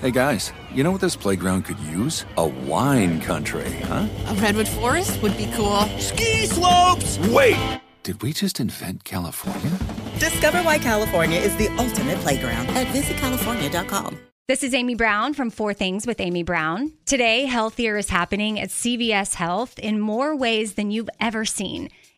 Hey guys, you know what this playground could use? A wine country, huh? A redwood forest would be cool. Ski slopes! Wait! Did we just invent California? Discover why California is the ultimate playground at visitcalifornia.com. This is Amy Brown from Four Things with Amy Brown. Today, healthier is happening at CVS Health in more ways than you've ever seen.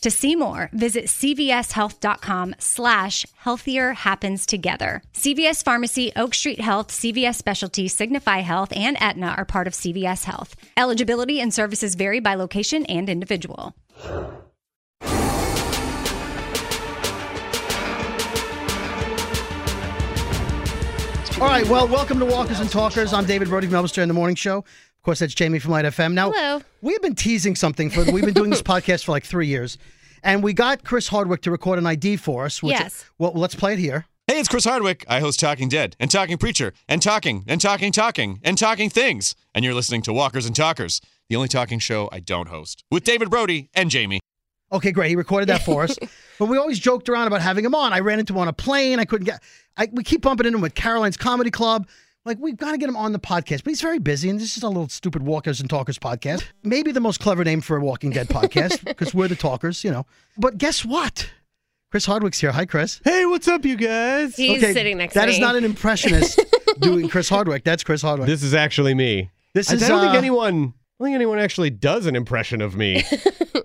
To see more, visit cvshealth.com slash healthier happens together. CVS Pharmacy, Oak Street Health, CVS Specialty, Signify Health, and Aetna are part of CVS Health. Eligibility and services vary by location and individual. All right, well, welcome to Walkers and Talkers. I'm David Brody from Elvis Duran, the morning show. Of course, that's Jamie from Light FM. Now, Hello. we've been teasing something for we've been doing this podcast for like three years, and we got Chris Hardwick to record an ID for us. Which, Yes. Well, let's play it here. Hey, it's Chris Hardwick. I host Talking Dead and Talking Preacher and Talking and Talking Talking and Talking Things. And you're listening to Walkers and Talkers, the only talking show I don't host with David Brody and Jamie. Okay, great. He recorded that for us. but we always joked around about having him on. I ran into him on a plane. I couldn't get. I, we keep bumping into him at Caroline's Comedy Club. Like we've got to get him on the podcast, but he's very busy, and this is a little stupid Walkers and Talkers podcast. Maybe the most clever name for a Walking Dead podcast because we're the talkers, you know. But guess what? Chris Hardwick's here. Hi, Chris. Hey, what's up, you guys? He's sitting next to That is me. not an impressionist doing Chris Hardwick. That's Chris Hardwick. This is actually me. This I, is, I don't uh, think anyone. I don't think anyone actually does an impression of me.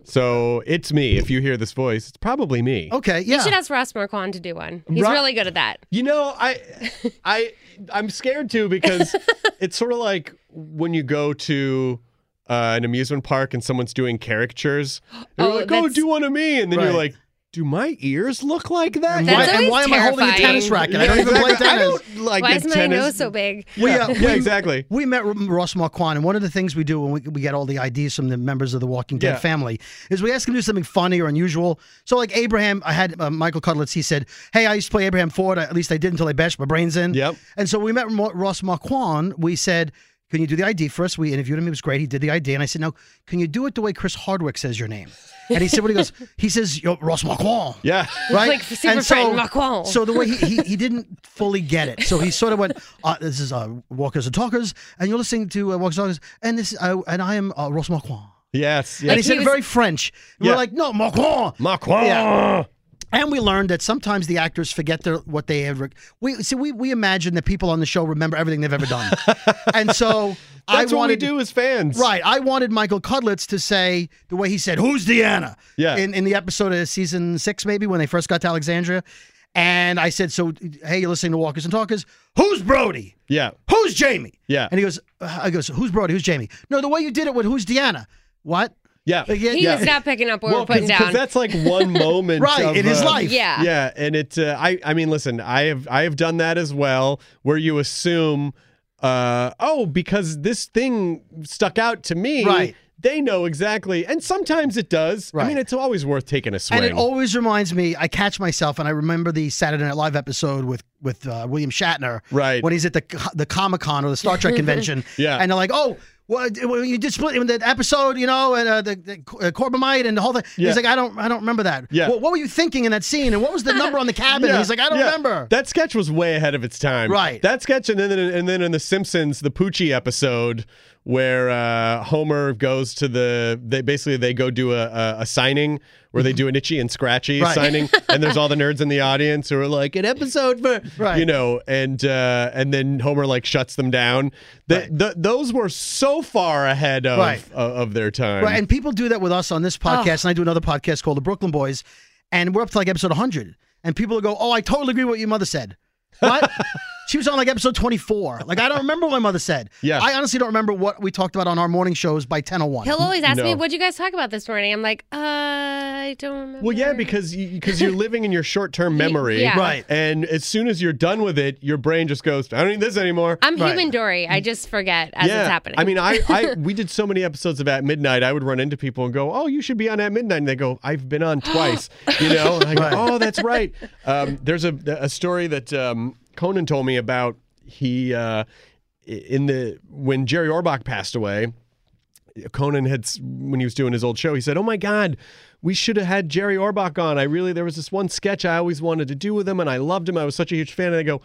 so it's me. If you hear this voice, it's probably me. Okay, yeah. You should ask Ross Marquand to do one. He's Ro- really good at that. You know, I, I, I'm scared too because it's sort of like when you go to. Uh, an amusement park and someone's doing caricatures. They're Oh, like, "Oh, that's- do one of me," and then you're Right. like, "Do my ears look like that?" and That's why, and always why am I holding a terrifying. tennis racket? I don't Yeah, even play exactly. I tennis. don't like Why the is my tennis. nose so big? Yeah, We, uh, yeah, we- exactly. We met Ross Marquand, and one of the things we do when we, we get all the IDs from the members of the Walking Dead Yeah. family is we ask them to do something funny or unusual. So, like Abraham, I had uh, Michael Cudlitz. He said, "Hey, I used to play Abraham Ford. At least I did until I bashed my brains in." Yep. And so we met Mo- Ross Marquand. We said, "Can you do the ID for us?" We interviewed him. He was great. He did the ID, and I said, "Now, can you do it the way Chris Hardwick says your name?" And he said, "What he goes?" He says, Yo, "Ross Marquand." Yeah. right? Like super frightened Macron. So the way he, he, he didn't fully get it, so he sort of went, uh, "This is uh, Walkers and Talkers, and you're listening to uh, Walkers and Talkers, and this uh, and I am uh, Ross Macron." Yes. And he, Yes. said he it was- very French. We Yeah. We're like, "No, Macron." Macron. and we learned that sometimes the actors forget their what they have. Rec- we see we we imagine that people on the show remember everything they've ever done, and so That's I what we wanted do as fans. Right. I wanted Michael Cudlitz to say the way he said, Who's Deanna? Yeah. In, in the episode of season six, maybe, when they first got to Alexandria. And I said, So, hey, you're listening to Walkers and Talkers. Who's Brody? Yeah. Who's Jamie? Yeah. And he goes, uh, I goes, Who's Brody? Who's Jamie? No, the way you did it with Who's Deanna? What? Yeah. Like, yeah, He yeah. was not picking up what Well, we're putting because down. that's like one moment, Right, Of, in his uh, life. Yeah. yeah, and it. Uh, I. I mean, listen. I have. I have done that as well, where you assume, uh, oh, because this thing stuck out to me, Right. They know exactly, and sometimes it does. Right. I mean, it's always worth taking a swing. And it always reminds me. I catch myself, and I remember the Saturday Night Live episode with with uh, William Shatner, Right. When he's at the the Comic Con or the Star Trek convention, Yeah. And they're like, "Oh, Well, it- well, you did split in that episode, you know, and uh, the, the uh, Corbomite and the whole thing. Yeah. He's like, I don't, I don't remember that. Yeah. Well, what were you thinking in that scene? And what was the number on the cabin? Yeah, He's like, I don't yeah. remember. That sketch was way ahead of its time. Right. That sketch, and then and then in the Simpsons, the Poochie episode where uh, Homer goes to the they basically they go do a, a, a signing where they do an itchy and scratchy Right. signing, and there's all the nerds in the audience who are like an episode for Right. you know, and uh, and then Homer like shuts them down. The, the, those were so far ahead of Right. of, of their time. Right, and people do that with us on this Oh. podcast, and I do another podcast called The Brooklyn Boys, and we're up to like episode 100, and people go, "Oh, I totally agree with what your mother said." What? she was on like episode 24. Like I don't remember what my mother said. Yeah. I honestly don't remember what we talked about on our morning shows by 10:01. He'll always ask No. me, "What'd you guys talk about this morning?" I'm like, uh, "I don't remember." Well, yeah, because you, because you're living in your short term memory, yeah. Right. And as soon as you're done with it, your brain just goes, "I don't need this anymore." I'm Right. human, Dory. I just forget as yeah, it's happening. I mean, I, I we did so many episodes of At Midnight. I would run into people and go, "Oh, you should be on At Midnight," and they go, "I've been on twice," you know. And I go, "Oh, that's right." Um, there's a a story that um, Conan told me about. He uh, in the when Jerry Orbach passed away. Conan had s- when he was doing his old show, he said, "Oh my God, we should have had Jerry Orbach on. I really there was this one sketch I always wanted to do with him, and I loved him. I was such a huge fan." And I go,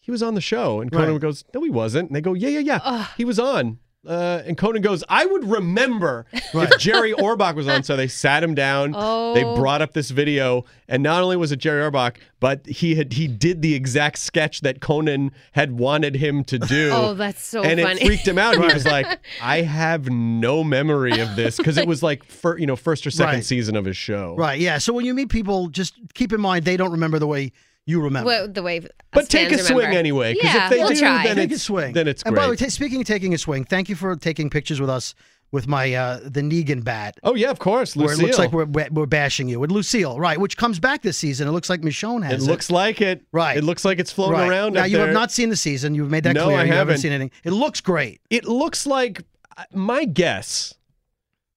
"He was on the show," and Conan Right. goes, "No, he wasn't." And they go, "Yeah, yeah, yeah, he was on." Uh, and Conan goes, "I would remember if Jerry Orbach was on." So they sat him down. They Oh. brought up this video, and not only was it Jerry Orbach, but he had he did the exact sketch that Conan had wanted him to do. Oh, that's so and funny. it freaked him out. He was like, "I have no memory of this because it was like fir- you know first or second Right. season of his show." Right. Yeah. So when you meet people, just keep in mind they don't remember the way you remember. Well, the way. us But take fans a swing remember. anyway, 'cause if Yeah, they we'll do, try. then Take a it's- swing. then it's And by the way, great. ta speaking of taking a swing, thank you for taking pictures with us with my uh, the Negan bat. Oh yeah, of course, Where Lucille. it looks like we're, we're we're bashing you with Lucille, right? Which comes back this season. It looks like Michonne has it looks like it. Right. It looks like it's floating Right. around. Now up you there. have not seen the season. You've made that No, clear. I you haven't haven't. seen anything. It looks great. it looks like uh, my guess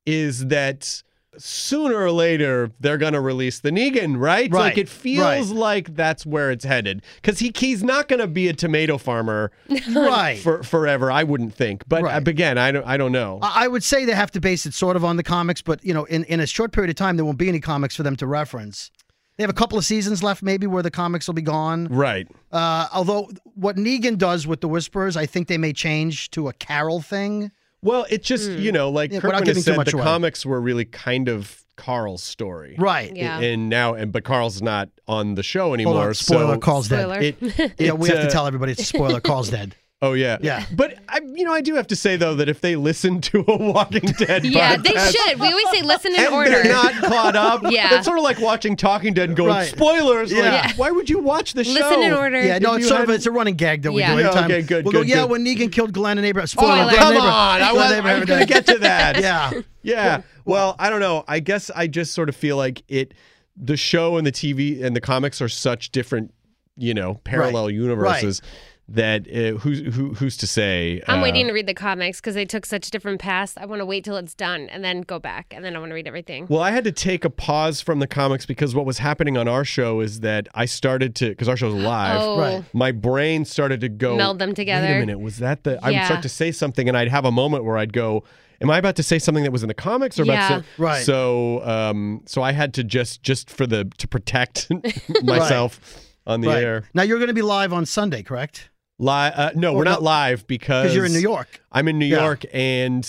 is that sooner or later they're going to release the Negan, right? Right, Like it feels right. like that's where it's headed cuz he he's not going to be a tomato farmer right. for forever, I wouldn't think. But Right. Uh, uh, again, I don't I don't know. I I would say they have to base it sort of on the comics, but you know, in, in a short period of time, there won't be any comics for them to reference. They have a couple of seasons left, maybe, where the comics will be gone. right. Uh, although what Negan does with the Whisperers, I think they may change to a Carol thing. Well, it just, you know, like Hmm. Yeah, without Kirkman giving has too said much the away. comics were really kind of Carl's story. Right. Yeah. And now and but Carl's not on the show anymore. Hold on. Spoiler: so Carl's Spoiler. dead. It, it, yeah, we have uh, to tell everybody it's a spoiler. Carl's dead. Oh yeah, Yeah. But I, you know, I do have to say though that if they listen to a Walking Dead, Yeah, podcast, they should. We always say listen in and order. they're not caught up. Yeah. that's sort of like watching Talking Dead and going Right. spoilers. like, Yeah. why would you watch the show? listen in order. Yeah, no, If it's you sort of had- it's a running gag that we Yeah. do Yeah, every time. okay, good, We'll good, go, yeah, good. when Negan killed Glenn and Abraham. Spoiler, Spoiler. Glenn Come and Abra- on, I Glenn was, and Abra- I'm gonna get to that. Yeah. yeah. Well, I don't know. I guess I just sort of feel like it. The show and the TV and the comics are such different, you know, parallel Right. universes that uh, who's who, who's to say? I'm uh, waiting to read the comics because they took such different paths. I want to wait till it's done and then go back and then I want to read everything. Well, I had to take a pause from the comics because what was happening on our show is that I started to because our show's live. oh, right. My brain started to go Meld them Wait a together." minute, was that the? I would Yeah. start to say something, and I'd have a moment where I'd go, "Am I about to say something that was in the comics?" Or Yeah. about to, say-" Right. So, um, so I had to just just for the to protect myself on the Right. air. Now you're going to be live on Sunday, correct? Live? Uh, no, we're no. not live because Because you're in New York. I'm in New Yeah. York, and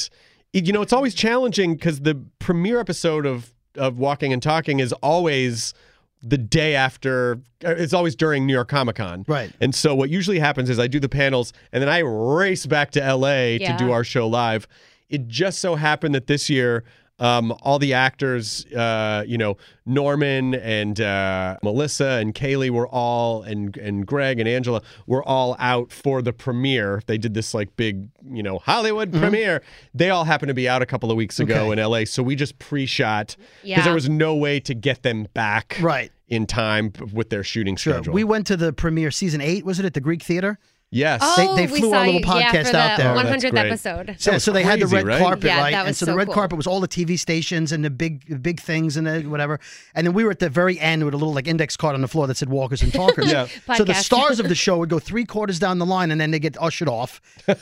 it- you know it's always challenging because the premiere episode of of Walking and Talking is always the day after. uh, It's always during New York Comic Con, Right. And so what usually happens is I do the panels, and then I race back to L.A. Yeah. to do our show live. It just so happened that this year. Um, all the actors, uh, you know, Norman and uh, Melissa and Kaylee were all, and and Greg and Angela were all out for the premiere. They did this like big, you know, Hollywood premiere. They all happened to be out a couple of weeks ago in LA, so we just pre-shot because Yeah. there was no way to get them back Right. in time with their shooting Sure. schedule. We went to the premiere season eight, was it at the Greek Theater? Yes. Oh, they, they we flew saw our little you- yeah, podcast for out the there. 100th Oh, great. episode. So, was so they had the crazy, red right? carpet, Yeah, right? that and was so the so red cool. carpet was all the TV stations and the big, big things and the whatever. And then we were at the very end with a little like index card on the floor that said "Walkers and Talkers." Yeah. So the Podcast. stars of the show would go three quarters down the line, and then they get ushered off.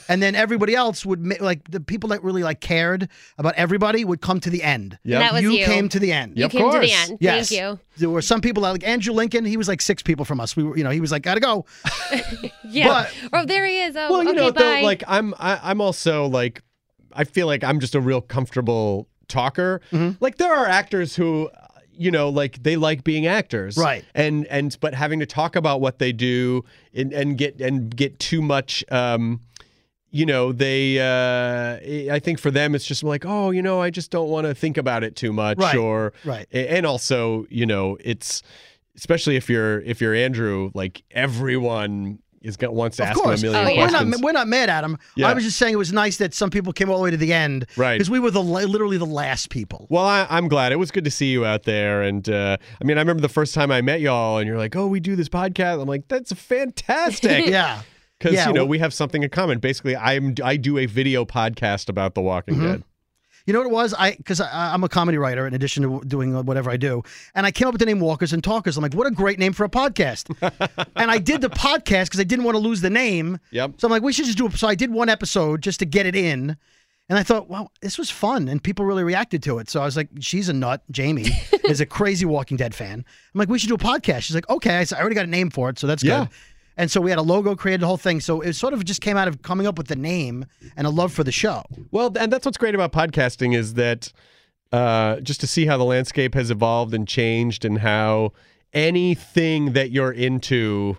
and then everybody else would ma- like the people that really like cared about everybody would come to the end. Yep. That was you. came to the end. You Of came to the course. end. Yes. Thank you. There were some people like Andrew Lincoln. He was like six people from us. We were, you know, he was like, gotta go. Yeah. oh, there he is. Oh, well, you okay, know, bye. though, like I'm, I, I'm also like, I feel like I'm just a real comfortable talker. Mm-hmm. Like there are actors who, uh, you know, like they like being actors, Right. And and but having to talk about what they do and and get and get too much. um you know, they. Uh, I think for them, it's just like, oh, you know, I just don't want to think about it too much, Right, or right. a- And also, you know, it's especially if you're if you're Andrew, like everyone is got wants to Of ask course, him a million Oh, yeah. we're questions. not we're not mad at him. Yeah. I was just saying it was nice that some people came all the way to the end, Right. Because we were the la- literally the last people. Well, I, I'm glad. It was good to see you out there. And uh, I mean, I remember the first time I met y'all, and you're like, "Oh, we do this podcast." I'm like, "That's fantastic." yeah, because Yeah, you know well- we have something in common. Basically, I'm I do a video podcast about The Walking Mm-hmm. Dead. you know what it was? I because I, I'm a comedy writer in addition to doing uh, whatever I do, and I came up with the name Walkers and Talkers. I'm like, what a great name for a podcast. and I did the podcast because I didn't want to lose the name. Yep. So I'm like, we should just do. So I did one episode just to get it in. And I thought, wow, this was fun, and people really reacted to it. So I was like, she's a nut. Jamie is a crazy Walking Dead fan. I'm like, we should do a podcast. She's like, okay. I, said, I already got a name for it, so that's Yeah. good. And so we had a logo created, the whole thing. So it sort of just came out of coming up with the name and a love for the show. Well, and that's what's great about podcasting is that uh, just to see how the landscape has evolved and changed, and how anything that you're into,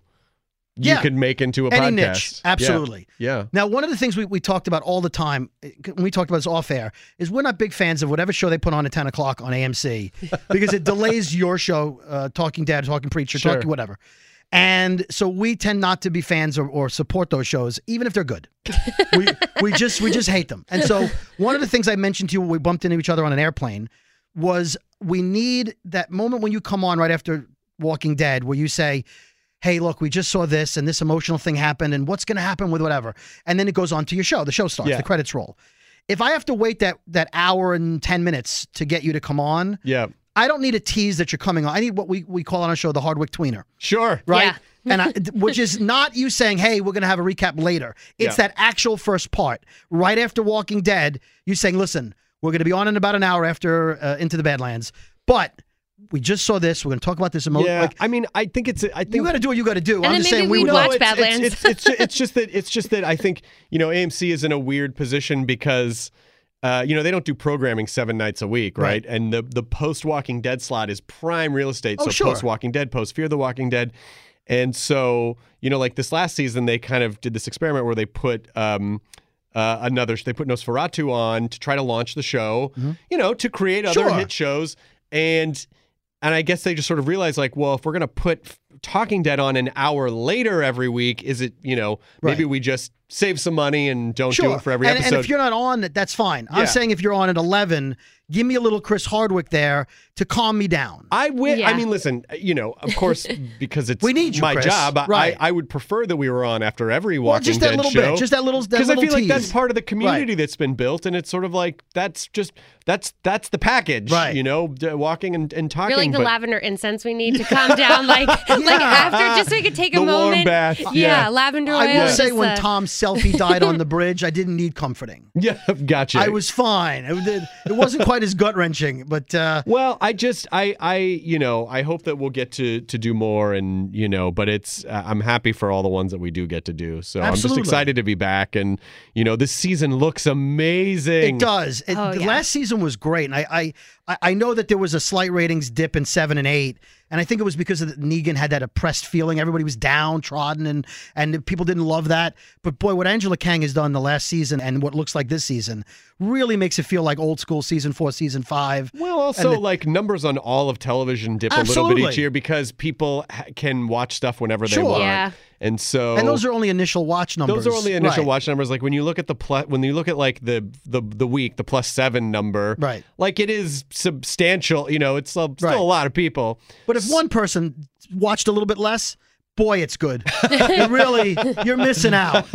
you Yeah. can make into a Any podcast. niche, Yeah. absolutely. Yeah. Now, one of the things we, we talked about all the time, eh, when we talked about this off air, is we're not big fans of whatever show they put on at 10 o'clock on AMC because it delays your show, uh, Talking Dad, Talking Preacher, Sure. Talking whatever. And so we tend not to be fans or, or support those shows, even if they're good. we, we just we just hate them. And so one of the things I mentioned to you when we bumped into each other on an airplane was we need that moment when you come on right after Walking Dead where you say, Hey, look, we just saw this and this emotional thing happened and what's gonna happen with whatever. And then it goes on to your show. The show starts, Yeah. the credits roll. If I have to wait that that hour and ten minutes to get you to come on, Yeah. I don't need a tease that you're coming on. I need what we, we call on our show the Hardwick tweener Sure. right? and I, th- which is not you saying, "Hey, we're going to have a recap later." It's Yeah. that actual first part, right after Walking Dead. You saying, "Listen, we're going to be on in about an hour after uh, Into the Badlands, but we just saw this. We're going to talk about this emotion. Yeah. Like, I mean, I think it's. I think you got to do what you got to do." And I'm then just maybe saying we we'd would watch always- it's- Badlands. It's, it's, ju- it's just that it's just that I think you know AMC is in a weird position because. Uh, you know they don't do programming seven nights a week, right? Right. And the the post Walking Dead slot is prime real estate. Oh, so sure. post Walking Dead, post Fear the Walking Dead, and so you know like this last season they kind of did this experiment where they put um, uh, another they put Nosferatu on to try to launch the show, you know, to create other Mm-hmm. Sure. hit shows and and I guess they just sort of realized like, well, if we're gonna put F- Talking Dead on an hour later every week, is it you know maybe Right. we just save some money and don't do Sure. it for every and, episode? and if you're not on, that that's fine. Yeah. I'm saying if you're on at 11, give me a little Chris Hardwick there to calm me down. I would. I Yeah. mean, listen. uh, You know, of course, because it's We need you, my Chris. job. I- Right. I, I would prefer that we were on after every Walking Well, just that Dead little show. bit, just that little, that because I little feel like tease. that's part of the community that's been built, and it's sort of like that's just that's that's the package, Right. You know, d- walking and, and talking. You're like the but- lavender incense we need to calm down, like like after just so we could take a The warm moment. bath, Yeah, yeah. lavender oil. I will say just, when uh, Tom Selfie died on the bridge, I didn't need comforting. yeah, gotcha. I was fine. It, it- it wasn't quite as gut wrenching, but uh, Well, I just I I you know I hope that we'll get to to do more and you know, but it's uh, I'm happy for all the ones that we do get to do. So I'm Absolutely. just excited to be back and you know this season looks amazing. it does. It, Oh, the yeah. Last season was great, and I, I I- I know that there was a slight ratings dip in seven and eight, and I think it was because of the, Negan had that oppressed feeling. Everybody was downtrodden, and and people didn't love that. But boy, what Angela Kang has done the last season and what looks like this season really makes it feel like old school season four, season five. Well, also like numbers on all of television dip a little bit each Absolutely. year because people ha- can watch stuff whenever Sure. they want. Yeah. And so And those are only initial watch numbers. Those are only initial Right. watch numbers. Like when you look at the plus, when you look at like the the the week, the plus seven number, Right. Like it is substantial. You know, it's still, still Right. a lot of people. But if one person watched a little bit less, boy, it's good. you really, you're missing out.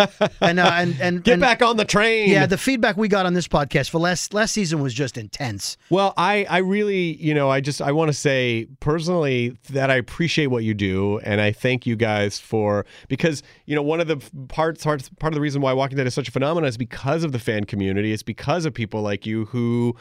And uh, and and Get and- back on the train. Yeah, the feedback we got on this podcast for last last season was just intense. Well, I, I really, you know, I just I want to say personally that I appreciate what you do, and I thank you guys for because you know one of the f- parts part, part of the reason why Walking Dead is such a phenomenon is because of the fan community. It's because of people like you who.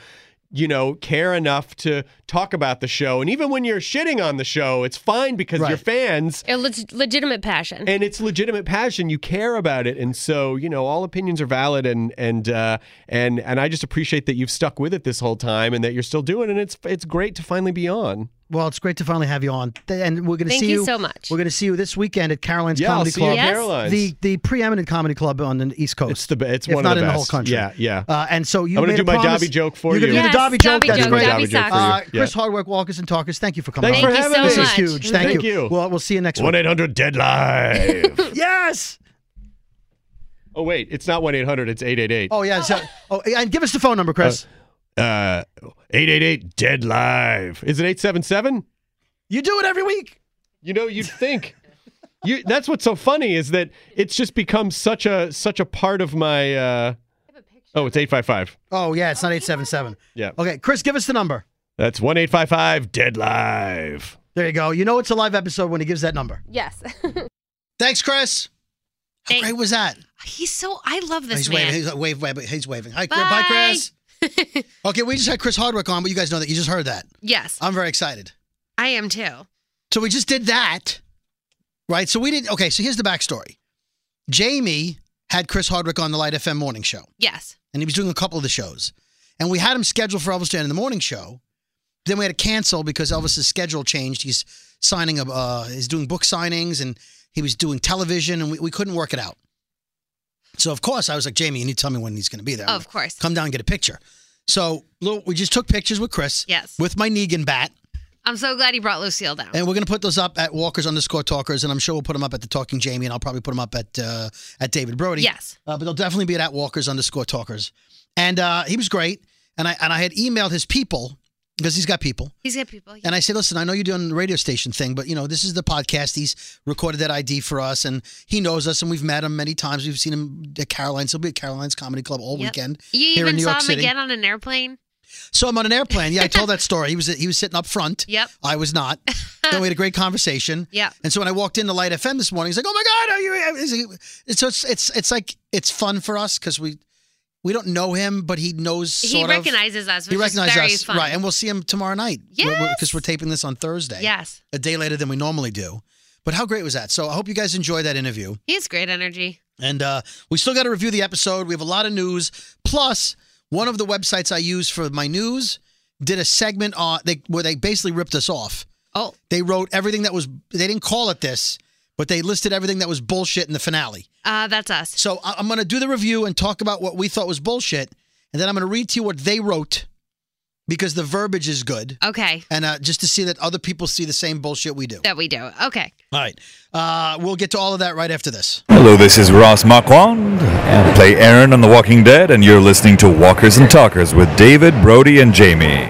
You know, care enough to talk about the show. And even when you're shitting on the show, it's fine because you're fans A leg- legitimate passion. and it's legitimate passion. You care about it, and so you know all opinions are valid. And and uh, and and I just appreciate that you've stuck with it this whole time, and that you're still doing. it. And it's it's great to finally be on. Well, it's great to finally have you on, Th- and we're going to Thank see you you, so much. We're going to see you this weekend at Caroline's Yeah, I'll Comedy see you Club, at Yes. Caroline's. the the preeminent comedy club on the East Coast. It's the be- it's if one not of the in the best. whole country. Yeah, yeah. Uh, and so you. I'm made gonna do a my promise- Dobby joke for You're gonna you. do the Yes, Dobby joke. Dobby That's joke, great. Dobby Oh, Dobby socks. Uh, joke for you. Chris Yeah. Hardwick, Walkers and Talkers. Thank you for coming. Thanks on. for you having so me. This is much. huge. Thank, Thank you. you. Well, we'll see you next One week. eight hundred dead live. Yes. oh wait, it's not one eight hundred. It's eight eight eight. Oh yeah. so- oh, and give us the phone number, Chris. Uh, eight eight eight dead live. Is it eight seven seven? you do it every week. You know, you'd think. You, that's what's so funny is that it's just become such a such a part of my. Uh, oh, it's eight five five. Oh yeah, it's not eight seven seven. Yeah. Okay, Chris, give us the number. That's one eight five five dead live. There you go. You know it's a live episode when he gives that number. yes. Thanks, Chris. How great was that? Oh, He's so I love this he's man. waving. He's uh, wave, wave, he's waving. Hi, Bye. bye, Chris. okay, we just had Chris Hardwick on, but you guys know that you just heard that. yes, I'm very excited. I am too. So we just did that, right? So we did. Okay, so here's the backstory. Jamie had Chris Hardwick on the Light FM morning show, Yes. and he was doing a couple of the shows, and we had him scheduled for Elvis Duran in the morning show. Then we had to cancel because Elvis's schedule changed. He's signing a, uh, he's doing book signings, and he was doing television, and we, we couldn't work it out. So of course I was like, Jamie, you need to tell me when he's going to be there. Of course. come down and get a picture. So Lou, we just took pictures with Chris. Yes. With my Negan bat. I'm so glad he brought Lucille down. And we're going to put those up at Walkers underscore Talkers, and I'm sure we'll put them up at the Talking Jamie, and I'll probably put them up at uh, at David Brody. Yes. uh, but they'll definitely be at, at Walkers underscore Talkers. And uh, he was great, and I and I had emailed his people because he's got people, He's got people. and I said, listen, I know you're doing the radio station thing, but you know this is the podcast. He's recorded that ID for us, and he knows us, and we've met him many times. We've seen him at Caroline's. He'll be at Caroline's Comedy Club all Yep. weekend You here in even New saw York him City. again on an airplane. So I'm on an airplane. Yeah, I told that story. He was he was sitting up front. Yep. I was not. then we had a great conversation. Yep. And so when I walked into Light FM this morning, he's like, "Oh my God, are you?" Is he, and so it's it's it's like it's fun for us because we we don't know him, but he knows. he sort of- recognizes us. Which He recognizes is very us, fun. right? And we'll see him tomorrow night. Yes. Because we're taping this on Thursday. yes, A day later than we normally do. But how great was that? So I hope you guys enjoyed that interview. he has great energy. And uh, we still got to review the episode. We have a lot of news. Plus, one of the websites I use for my news did a segment on they, where they basically ripped us off. Oh. They wrote everything that was they didn't call it this, but they listed everything that was bullshit in the finale. Uh, that's us. So I- I'm going to do the review and talk about what we thought was bullshit, and then I'm going to read to you what they wrote because the verbiage is good, Okay, and uh, just to see that other people see the same bullshit we do. that we do. Okay, All right, uh, we'll get to all of that right after this. Hello, this is Ross Marquand. I play Aaron on The Walking Dead, and you're listening to Walkers and Talkers with David, Brody, and Jamie.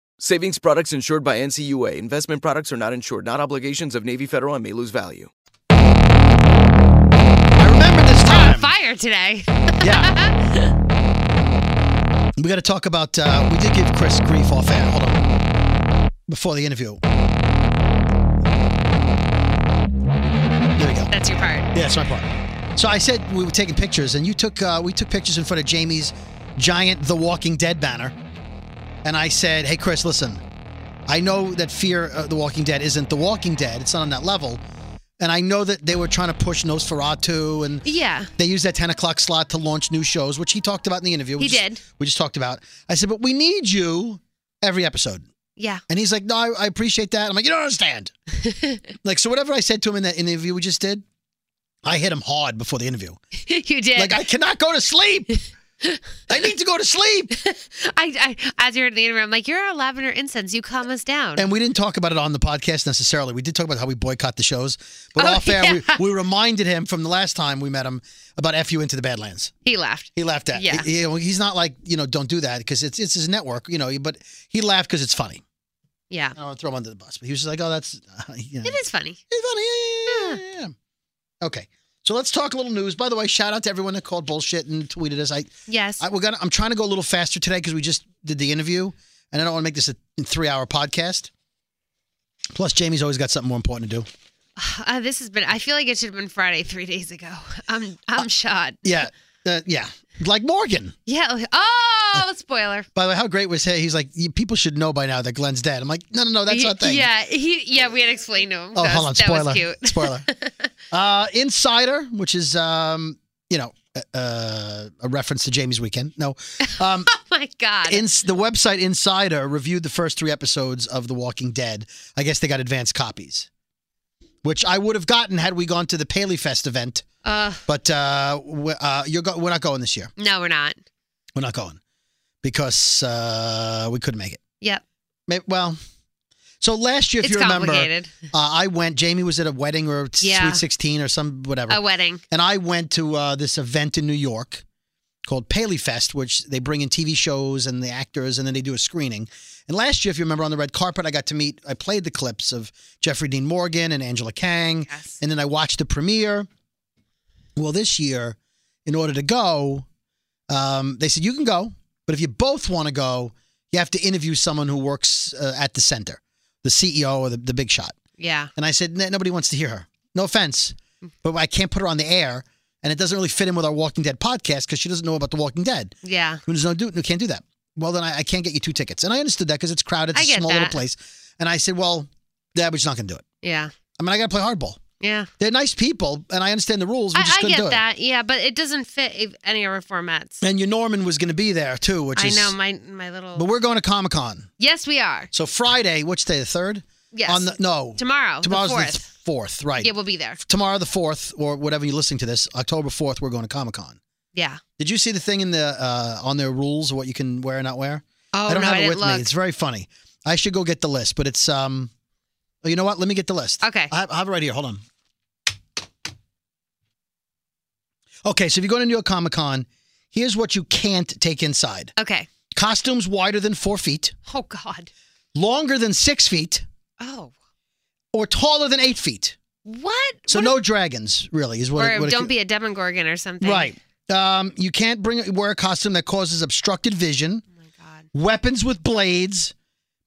Savings products insured by NCUA. Investment products are not insured, not obligations of Navy Federal and may lose value. Fire today. Yeah. we got to talk about. Uh, we did give Chris grief off air. Hold on. Before the interview. There we go. That's your part. Yeah, that's my part. So I said we were taking pictures, and you took. Uh, we took pictures in front of Jamie's giant The Walking Dead banner, and I said, "Hey, Chris, listen. I know that Fear of The Walking Dead isn't The Walking Dead. It's not on that level." And I know that they were trying to push Nosferatu and Yeah. they use that 10 o'clock slot to launch new shows, which he talked about in the interview. We He just- did. We just talked about. I said, but we need you every episode. Yeah. And he's like, no, I, I appreciate that. I'm like, you don't understand. like, so whatever I said to him in that interview we just did, I hit him hard before the interview. you did. Like, I cannot go to sleep. I need to go to sleep. I, I as you're in the interview, I'm like, you're our lavender incense. You calm us down. And we didn't talk about it on the podcast necessarily. We did talk about how we boycott the shows. But Oh, off air, yeah. we, we reminded him from the last time we met him about F you into the Badlands. he laughed. He laughed at. Yeah. He- he- he's not like you know, don't do that because it's it's his network, you know. But he laughed because it's funny. Yeah. I don't want to throw him under the bus, but he was just like, oh, that's you know. It is Hmm. funny. It's funny. Yeah, yeah, yeah, yeah. Okay. So let's talk a little news. By the way, shout out to everyone that called bullshit and tweeted us. I yes. I, we're gonna. I'm trying to go a little faster today because we just did the interview, and I don't want to make this a three hour podcast. Plus, Jamie's always got something more important to do. Uh, this has been. I feel like it should have been Friday three days ago. I'm I'm shot. Yeah, uh, yeah. Like Morgan. Yeah. like- Oh, spoiler. By the way, how great was he? He's like, "You- people should know by now that Glenn's dead. I'm like, no, no, no, that's Y- our thing. Yeah. He. Yeah. We had explained to him. Oh, That was- hold on. That Spoiler. was cute. Spoiler. Uh, Insider, which is um, you know, uh, a reference to Jamie's weekend. No, um, oh my god. ins- the website Insider reviewed the first three episodes of The Walking Dead. I guess they got advanced copies, which I would have gotten had we gone to the Paley Fest event. uh, But uh, we- uh, you're go- we're not going this year. no, we're not. We're not going because uh, we couldn't make it. Yep. Maybe, well, so last year, if It's you remember, uh, complicated. I went. Jamie was at a wedding or t- Yeah. Sweet Sixteen or some whatever, A wedding. and I went to uh, this event in New York called Paley Fest, which they bring in TV shows and the actors, and then they do a screening. And last year, if you remember, on the red carpet, I got to meet. I played the clips of Jeffrey Dean Morgan and Angela Kang, and then I watched the premiere. Well, this year, in order to go, um, they said you can go, but if you both want to go, you have to interview someone who works uh, at the center, the CEO or the, the big shot. Yeah. And I said, "N- nobody wants to hear her. No offense, but I can't put her on the air, and it doesn't really fit in with our Walking Dead podcast because she doesn't know about the Walking Dead. Yeah. Who does not do? Who can't do that? Well, then I, I can't get you two tickets, and I understood that because it's crowded, I it's a get small little that. place. And I said, well, that we're just not going to do it. Yeah. I mean, I got to play hardball. Yeah. They're nice people, and I understand the rules. We I, just I couldn't do get it. that. Yeah, but it doesn't fit if- any of our formats. And your Norman was going to be there too, which I is know my my little. But we're going to Comic Con. yes, we are. So Friday, which day? The third? Yes. On the no. Tomorrow, the Tomorrow's fourth. fourth, right? Yeah, we'll be there. Tomorrow the fourth, or whatever you're listening to this, October fourth, we're going to Comic Con. Yeah. Did you see the thing in the uh, on their rules of what you can wear and not wear? Oh, I don't no, have I it didn't with look. me. It's very funny. I should go get the list, but it's um. oh, You know what? Let me get the list. Okay. I have, I have it right here. Hold on. Okay, so if you're going to New York Comic Con, here's what you can't take inside: Okay. costumes wider than four feet, Oh God. longer than six feet, Oh. or taller than eight feet. What? So no dragons, really, is what. or it, what it don't could- be a demogorgon or something. Right. Um, you can't bring wear a costume that causes obstructed vision. Oh my god. Weapons with blades,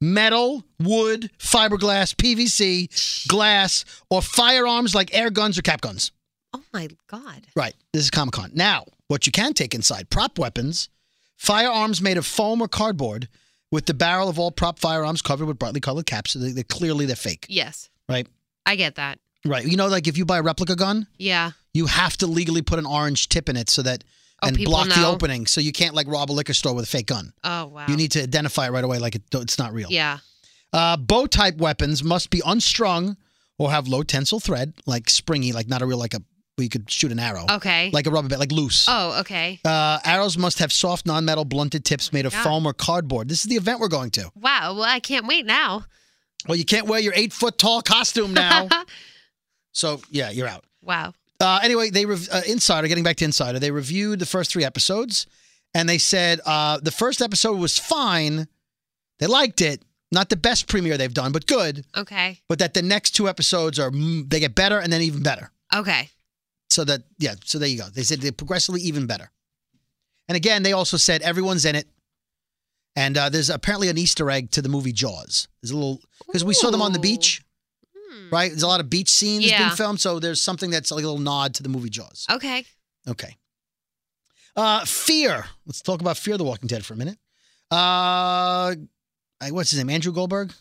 metal, wood, fiberglass, PVC, glass, or firearms like air guns or cap guns. Oh my God. Right. This is Comic Con. Now, what you can take inside prop weapons, firearms made of foam or cardboard, with the barrel of all prop firearms covered with brightly colored caps. So they, they clearly they're fake. Yes, Right. I get that. Right. You know, like if you buy a replica gun, Yeah. you have to legally put an orange tip in it so that Oh, and people block the know. opening so you can't like rob a liquor store with a fake gun Oh wow. you need to identify it right away like it, it's not real Yeah. uh, bow type weapons must be unstrung or have low tensile thread, like springy, like not a real like a where you could shoot an arrow. Okay. Like a rubber band, like loose. Oh, okay. Uh, arrows must have soft, non-metal, blunted tips made of Yeah. foam or cardboard. This is the event we're going to. Wow. Well, I can't wait now. Well, you can't wear your eight-foot tall costume now. so yeah, you're out. Wow. Uh, anyway, they rev- uh, Insider. Getting back to Insider, they reviewed the first three episodes, and they said uh, the first episode was fine. They liked it. Not the best premiere they've done, but good. Okay. But that the next two episodes are mm, they get better and then even better. Okay. So that yeah, so there you go. They said they're progressively even better. And again, they also said everyone's in it. And uh, there's apparently an Easter egg to the movie Jaws. There's a little because we saw them on the beach, right? There's a lot of beach scenes Yeah. being filmed, so there's something that's like a little nod to the movie Jaws. Okay. Okay. Uh, Fear. Let's talk about Fear the Walking Dead for a minute. Uh, I, what's his name? Andrew Goldberg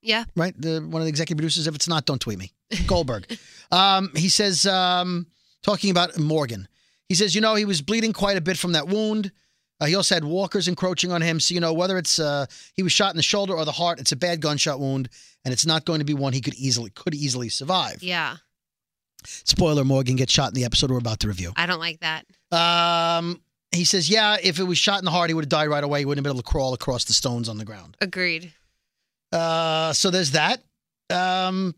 Yeah. right? The one of the executive producers. If it's not, don't tweet me. Goldberg. um, he says, um, talking about Morgan. He says, you know, he was bleeding quite a bit from that wound. Uh, he also had walkers encroaching on him. So you know, whether it's uh, he was shot in the shoulder or the heart, it's a bad gunshot wound, and it's not going to be one he could easily could easily survive. Yeah. Spoiler: Morgan gets shot in the episode we're about to review. I don't like that. Um, he says, yeah, if it was shot in the heart, he would have died right away. He wouldn't have been able to crawl across the stones on the ground. Agreed. Uh, so there's that. Um,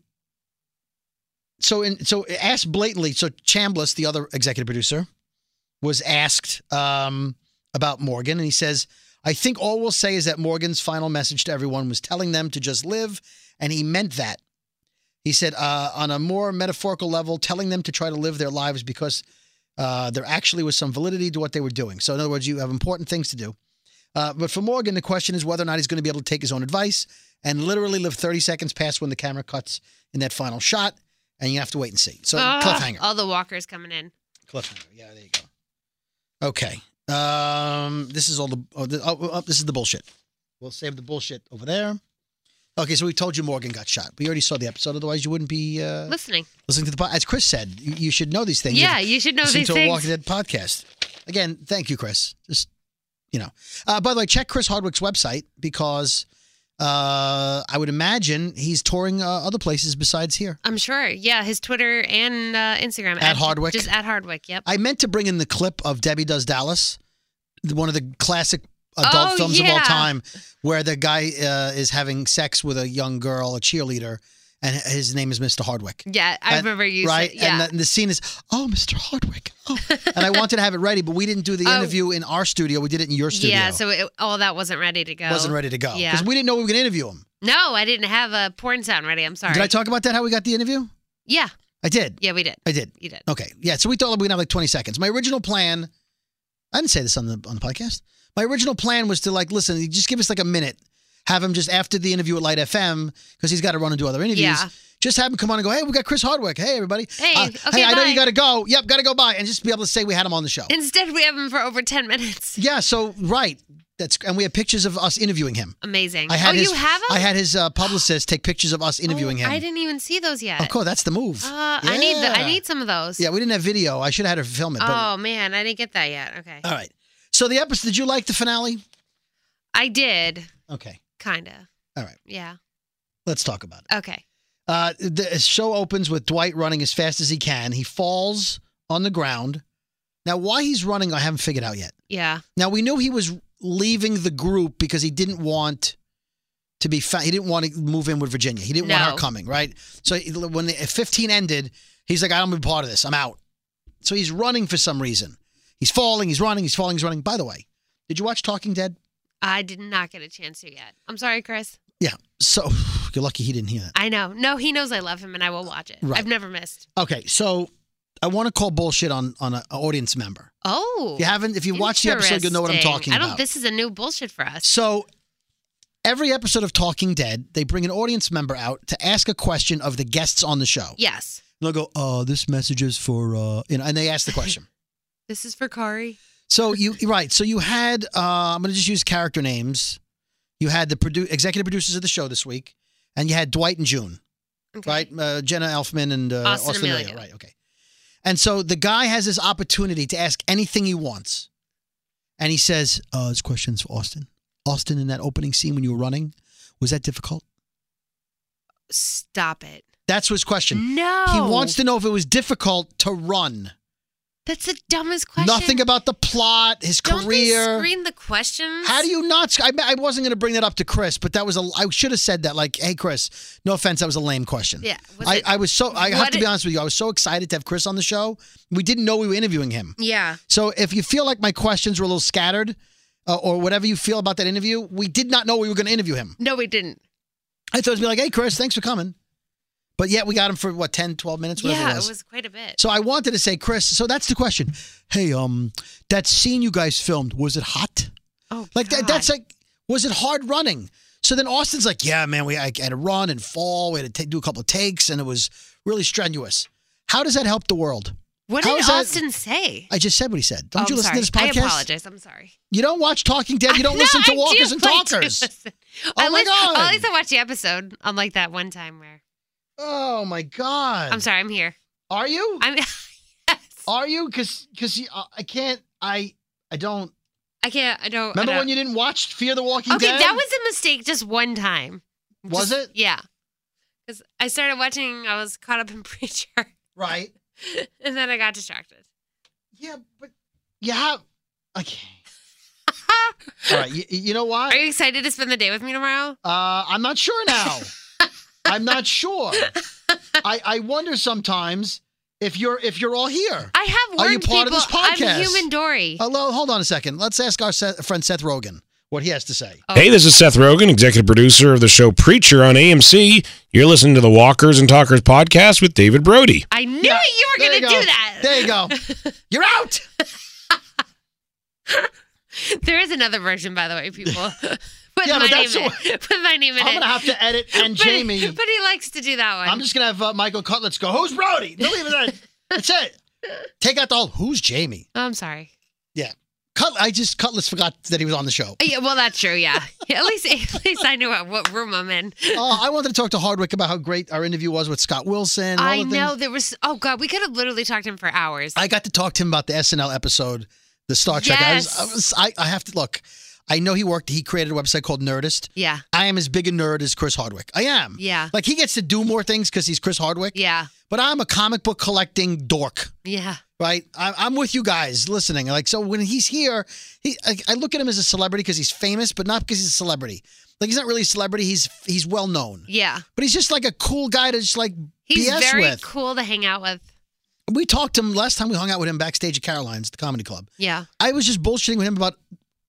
so in so asked blatantly. So Chambliss, the other executive producer, was asked um, about Morgan, and he says, "I think all we'll say is that Morgan's final message to everyone was telling them to just live, and he meant that." He said, uh, on a more metaphorical level, telling them to try to live their lives because uh, there actually was some validity to what they were doing. So, in other words, you have important things to do. Uh, but for Morgan, the question is whether or not he's going to be able to take his own advice and literally live 30 seconds past when the camera cuts in that final shot, and you have to wait and see. So, Ah, cliffhanger. All the walkers coming in. Cliffhanger. Yeah, there you go. Okay. Um, this is all the. Oh, the, oh, oh, this is the bullshit. We'll save the bullshit over there. Okay, so we told you Morgan got shot. We already saw the episode. Otherwise, you wouldn't be uh, Listening. listening to the podcast. As Chris said, you, you should know these things. Yeah, If- you should know listen these to things. a Walking Dead podcast. Again, thank you, Chris. Just you know. Uh, by the way, check Chris Hardwick's website because uh, I would imagine he's touring uh, other places besides here. I'm sure. Yeah. His Twitter and uh, Instagram. At Hardwick. Just at Hardwick. Yep. I meant to bring in the clip of Debbie Does Dallas, the- one of the classic adult Oh, films of all yeah. time, where the guy uh, is having sex with a young girl, a cheerleader, and his name is Mr. Hardwick. yeah. I And- remember you. right? said- yeah. And the, the scene is, oh, Mr. Hardwick. Oh. and I wanted to have it ready, but we didn't do the Oh. interview in our studio. We did it in your studio. Yeah. So it, all that wasn't ready to go. wasn't ready to go because Yeah. we didn't know we were going to interview him. no, I didn't have a porn sound ready. I'm sorry. Did I talk about that? How we got the interview? Yeah. I did. Yeah, we did. I did. You did. Okay. Yeah. So we thought we'd have like 20 seconds. My original plan, I didn't say this on the on the podcast. My original plan was to like listen, you just give us like a minute. Have him just after the interview at Light FM because he's got to run and do other interviews. Yeah. Just have him come on and go. Hey, we got Chris Hardwick. Hey, everybody. Uh, Hey, okay, hey, I know bye." you got to go. Yep, got to go. Bye, and just be able to say we had him on the show. Instead, we have him for over 10 minutes. yeah. So right. That's and we have pictures of us interviewing him. Amazing. I had oh, his, you have him? Oh, I had his uh, publicist take pictures of us interviewing him. I didn't even see those yet. Of course, that's the move. Uh, I need the, I Yeah. need some of those. Yeah, we didn't have video. I should have had her film it. But Oh man, I didn't get that yet. Okay. All right. So the episode. Did you like the finale? I did, Okay. kinda. All right. Yeah. Let's talk about it. Okay. Uh, the show opens with Dwight running as fast as he can. He falls on the ground. Now, why he's running, I haven't figured out yet. Yeah. Now we knew he was leaving the group because he didn't want to be fa- he didn't want to move in with Virginia. He didn't want her No. coming, right? So he- when the 15 ended, he's like, I don't want to be part of this. I'm out. So he's running for some reason. He's falling. He's running. He's falling. He's running. By the way, did you watch Talking Dead? I did not get a chance to yet. I'm sorry, Chris. Yeah. So you're lucky he didn't hear that. I know. No, he knows I love him and I will watch it. Right. I've never missed. Okay. So I want to call bullshit on on an audience member. Oh. If you haven't, if you watch the episode, you'll know what I'm interesting. talking I don't about. this is a new bullshit for us. So every episode of Talking Dead, they bring an audience member out to ask a question of the guests on the show. Yes. They'll go, "Oh, this message is for," uh, you know, and they ask the question. This is for Kari. so you right. So you had. Uh, I'm going to just use character names. You had the produ- executive producers of the show this week, and you had Dwight and June, right? Uh, Jenna Elfman and uh, Austin Austin, Emilio. Emilio, right? Okay. And so the guy has this opportunity to ask anything he wants, and he says, uh, "This question's for Austin. Austin, in that opening scene when you were running, was that difficult?" Stop it. That's his question. No. He wants to know if it was difficult to run. That's the dumbest question. Nothing about the plot, his Don't career. They screen the questions. How do you not? sc- I, I wasn't going to bring that up to Chris, but that was a. I should have said that. Like, hey, Chris. No offense, that was a lame question. Yeah, was I, it- I was so. I have what to be it- honest with you. I was so excited to have Chris on the show. We didn't know we were interviewing him. Yeah. So if you feel like my questions were a little scattered, uh, or whatever you feel about that interview, we did not know we were going to interview him. No, we didn't. I thought it would be like, hey, Chris, thanks for coming. But yet we got him for what 10, 12 minutes. Whatever yeah, it was. quite a bit. So I wanted to say, Chris. So that's the question. Hey, um, that scene you guys filmed was it hot? Oh, like that, that's like, was it hard running? So then Austin's like, yeah, man, we I had to run and fall. We had to take, do a couple of takes, and it was really strenuous. How does that help the world? What How did is that- Austin say? I just said what he said. Don't Oh, you I'm listen sorry. to this podcast? I apologize. I'm sorry. You don't watch Talking Dead. You don't No, listen to I do Walkers and like to Talkers. listen. Oh I my listen- God. At least I watched the episode. Unlike that one time where Oh my god. I'm sorry, I'm here. Are you? I'm. Are you? Because because I can't. I I don't. I can't. I don't. I Remember don't- when you didn't watch Fear the Walking okay, Dead? that was a mistake just one time. Was Just- it? Yeah. Because I started watching, I was caught up in Preacher. Right. and then I got distracted. Yeah, but you have. Okay. All right. You, you know what? Are you excited to spend the day with me tomorrow? Uh, I'm not sure now. I'm not sure. I I wonder sometimes if you're if you're all here. I have Are you warned part of this people I'm podcast? Oh. human Dory. Hello. Hold on a second. Let's ask our Seth, friend Seth Rogen what he has to say. Hey, this is Seth Rogen, executive producer of the show Preacher on AMC. You're listening to the Walkers and Talkers podcast with David Brody. I knew Yeah, it, you were there going to you go. do that. There you go. You're out. There is another version, by the way, people. With Yeah, but my that's name in the it. With my name in I'm it. gonna have to edit and But- Jamie. But he likes to do that one. I'm just gonna have uh, Michael Cutlets go. Who's Brody? No, leave it in. That's it. Take out the whole. Who's Jamie? Oh, I'm sorry. Yeah. Cut. I just Cutlets forgot that he was on the show. Yeah, well, that's true. Yeah. yeah at least, at least I knew what, what room I'm in. Oh, I wanted to talk to Hardwick about how great our interview was with Scott Wilson. and all I the things. know there was. Oh God, we could have literally talked to him for hours. I got to talk to him about the SNL episode, the Star Trek. I, was, Yes. I was. I, I have to look. I know he worked. He created a website called Nerdist. Yeah. I am as big a nerd as Chris Hardwick. I am. Yeah. Like he gets to do more things because he's Chris Hardwick. Yeah. But I'm a comic book collecting dork. Yeah. Right, I, I'm with you guys listening. Like, so when he's here, he I, I look at him as a celebrity because he's famous, but not because he's a celebrity. Like, he's not really a celebrity. He's he's well known, Yeah. but he's just like a cool guy to just like He's BS very with. cool to hang out with. We talked to him last time we hung out with him backstage at Caroline's, the comedy club. Yeah. I was just bullshitting with him about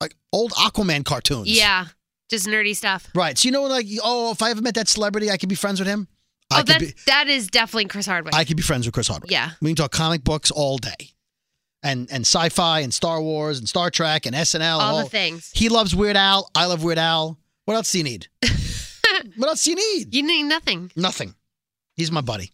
like old Aquaman cartoons. Yeah. Just nerdy stuff. Right. So you know, like, oh, if I ever met that celebrity, I could be friends with him. I Oh, could that be, that is definitely Chris Hardwick. I could be friends with Chris Hardwick. Yeah. We can talk comic books all day, and and sci-fi and Star Wars and Star Trek and SNL. and All the things. He loves Weird Al. I love Weird Al. What else do you need? what else do you need? You need nothing. Nothing. He's my buddy.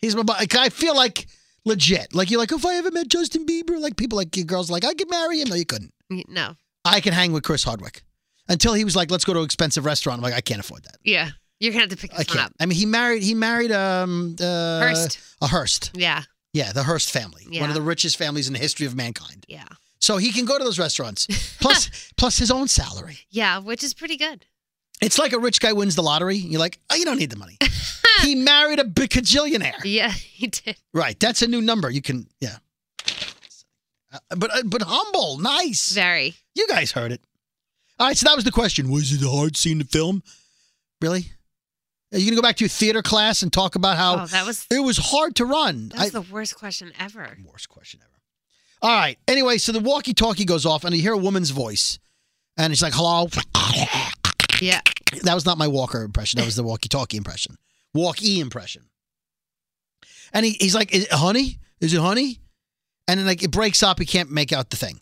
He's my buddy. I feel like legit. Like you're like, if I ever met Justin Bieber, like people like girls, are like I could marry him. No, you couldn't. Y- No. I can hang with Chris Hardwick until he was like, let's go to an expensive restaurant. I'm like, I can't afford that. Yeah. You're gonna have to pick I this one can't. up. I mean, he married. He married um uh, Hearst. a Hearst. Yeah. Yeah, the Hearst family, one Yeah. of the richest families in the history of mankind. Yeah. So he can go to those restaurants. Plus, plus his own salary. Yeah, which is pretty good. It's like a rich guy wins the lottery. You're like, oh, you don't need the money. he married a bajillionaire. Yeah, he did. Right. That's a new number. You can, yeah. Uh, But uh, but humble, nice. Very. You guys heard it. All right. So that was the question. Was it a hard scene to film? Really? Are you gonna go back to your theater class and talk about how Oh, that was- it was hard to run? That was I- the worst question ever. Worst question ever. All right. Anyway, so the walkie-talkie goes off, and you hear a woman's voice, and it's like, "Hello." Yeah. That was not my Walker impression. That was the walkie-talkie impression. Walkie impression. And he, he's like, is it honey? Is it honey? And then like it breaks up. He can't make out the thing.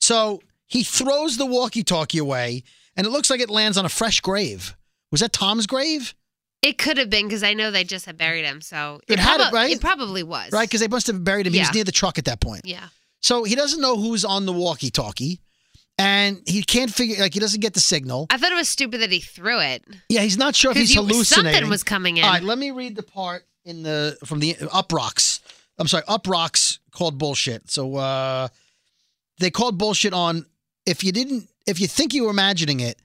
So he throws the walkie-talkie away, and it looks like it lands on a fresh grave. Was that Tom's grave? It could have been because I know they just had buried him, so It had it, proba- right? It probably was. Right? Because they must have buried him. He Yeah. was near the truck at that point. Yeah. So he doesn't know who's on the walkie-talkie, and he can't figure like he doesn't get the signal. I thought it was stupid that he threw it. Yeah, he's not sure if 'Cause he's you- something hallucinating. was coming in. All right, let me read the part in the from the Up Rocks. I'm sorry, Up Rocks called bullshit. So uh they called bullshit on if you didn't if you think you were imagining it,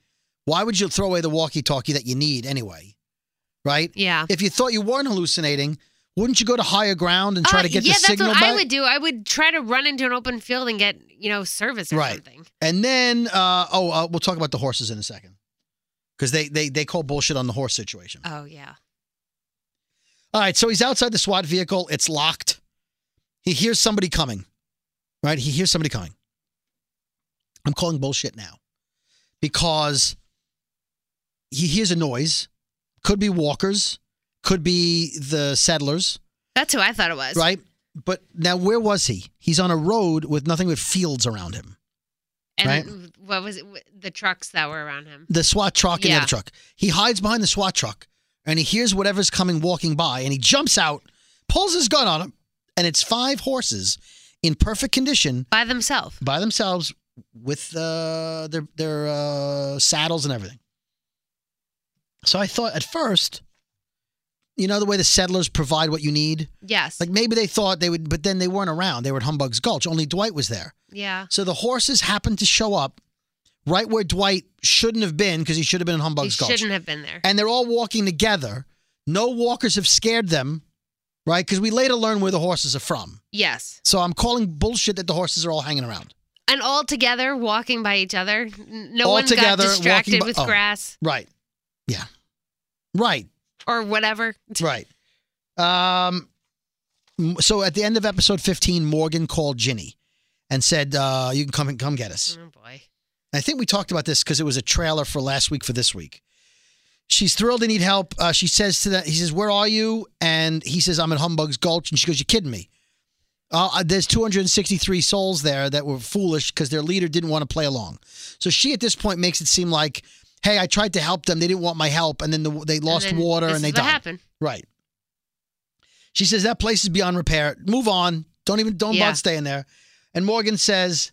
why would you throw away the walkie-talkie that you need anyway? right? Yeah. If you thought you weren't hallucinating, wouldn't you go to higher ground and try Uh, to get yeah, the that's signal what back? I would do. I would try to run into an open field and get you know service or right. something. And then, uh, oh, uh, we'll talk about the horses in a second because they, they they call bullshit on the horse situation. Oh yeah. All right, so he's outside the SWAT vehicle. It's locked. He hears somebody coming, right? He hears somebody coming. I'm calling bullshit now because he hears a noise. Could be walkers, could be the settlers, That's who I thought it was. right? But now, where was he? He's on a road with nothing but fields around him. And Right. what was it? The trucks that were around him. the SWAT truck and the Yeah. other truck. He hides behind the SWAT truck and he hears whatever's coming walking by and he jumps out, pulls his gun on him, and it's five horses in perfect condition by themselves. By themselves with uh, their their uh, saddles and everything. So I thought at first, you know the way the settlers provide what you need? Yes. Like maybe they thought they would but then they weren't around. They were at Humbug's Gulch. Only Dwight was there. Yeah. So the horses happened to show up right where Dwight shouldn't have been because he should have been in He Humbug's Gulch. shouldn't have been there. And they're all walking together. No walkers have scared them, right? Because we later learn where the horses are from. Yes. So I'm calling bullshit that the horses are all hanging around. And all together walking by each other. N- No All one together, got walking distracted by- with oh. grass Right. Yeah. Right. or whatever. Right. Um, m- so at the end of episode 15, Morgan called Ginny and said, uh, "You can come and come get us." Oh boy. I think we talked about this because it was a trailer for last week for this week. She's thrilled to need help. Uh, she says to that, he says, "Where are you?" And he says, "I'm at Humbug's Gulch." And she goes, "You kidding me?" Uh, uh, there's 263 souls there that were foolish because their leader didn't want to play along. So she, at this point, makes it seem like, "Hey, I tried to help them. They didn't want my help, and then the, they lost then water this and is they what died." happened. Right. She says that place is beyond repair. Move on. Don't even don't Yeah. bother staying there. And Morgan says,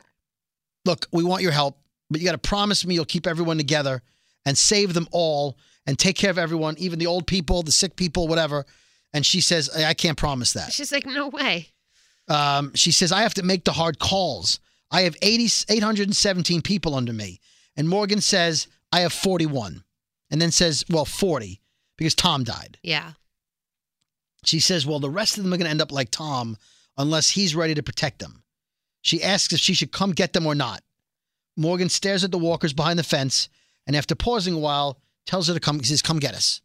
"Look, we want your help, but you got to promise me you'll keep everyone together and save them all and take care of everyone, even the old people, the sick people, whatever." And she says, "I I can't promise that." She's like, no way. Um, she says, I have to make the hard calls. I have 80, 817 people under me. And Morgan says, I have 41. And then says, well, 40 because Tom died. Yeah. She says, well, the rest of them are going to end up like Tom unless he's ready to protect them. She asks if she should come get them or not. Morgan stares at the walkers behind the fence and after pausing a while, tells her to come. He says, come get us.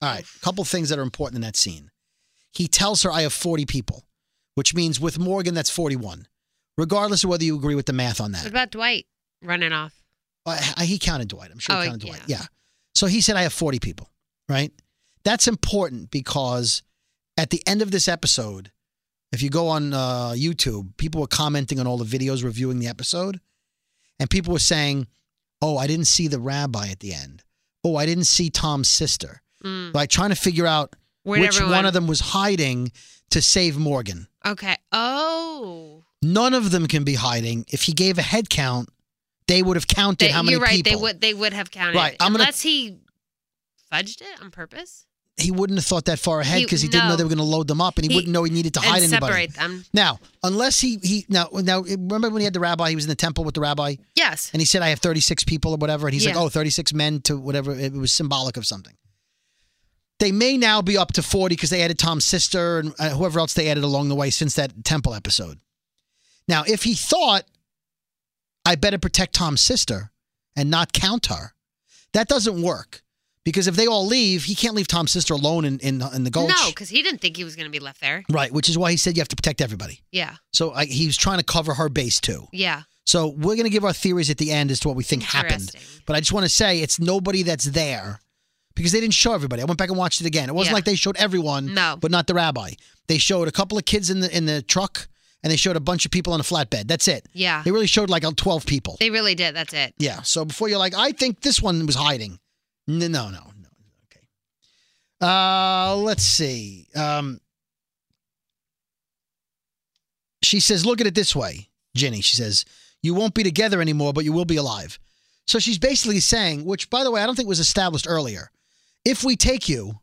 All right, a couple things that are important in that scene. He tells her, I have 40 people, which means with Morgan, that's 41, regardless of whether you agree with the math on that. What about Dwight running off? Uh, he counted Dwight. I'm sure Oh, he counted Dwight. Yeah. So he said, I have 40 people, right? That's important because at the end of this episode, if you go on uh, YouTube, people were commenting on all the videos reviewing the episode, and people were saying, Oh, I didn't see the rabbi at the end. Oh, I didn't see Tom's sister. Mm. Like trying to figure out Where'd which everyone- one of them was hiding to save Morgan. Okay. Oh. None of them can be hiding. If he gave a head count, they would have counted They- how many you're right. people. They would they would have counted. Right, it. I'm gonna- Unless he fudged it on purpose. he wouldn't have thought that far ahead He- because he, didn't know no. they were going to load them up, and he, He- wouldn't know he needed to hide and anybody. separate them. Now, unless he he now now remember when he had the rabbi, he was in the temple with the rabbi, Yes. and he said, "I have thirty six people or whatever," and he's like, Yeah. "Oh, 36 men to whatever." It was symbolic of something. They may now be up to forty because they added Tom's sister and uh, whoever else they added along the way since that temple episode. Now, if he thought, "I better protect Tom's sister," and not count her, that doesn't work. Because if they all leave, he can't leave Tom's sister alone in, in, in the gulch. No, because he didn't think he was going to be left there. Right, which is why he said you have to protect everybody. Yeah. So I, he was trying to cover her base too. Yeah. So we're going to give our theories at the end as to what we think happened. Interesting. But I just want to say it's nobody that's there because they didn't show everybody. I went back and watched it again. It wasn't Yeah. like they showed everyone, No. but not the rabbi. They showed a couple of kids in the in the truck and they showed a bunch of people on a flatbed. That's it. Yeah. They really showed like 12 people. They really did. That's it. Yeah. So before you're like, I think this one was hiding. No, no, no, no. Okay. Uh, let's see. Um, she says, look at it this way, Jenny. She says, you won't be together anymore, but you will be alive. So she's basically saying, which by the way, I don't think was established earlier. If we take you,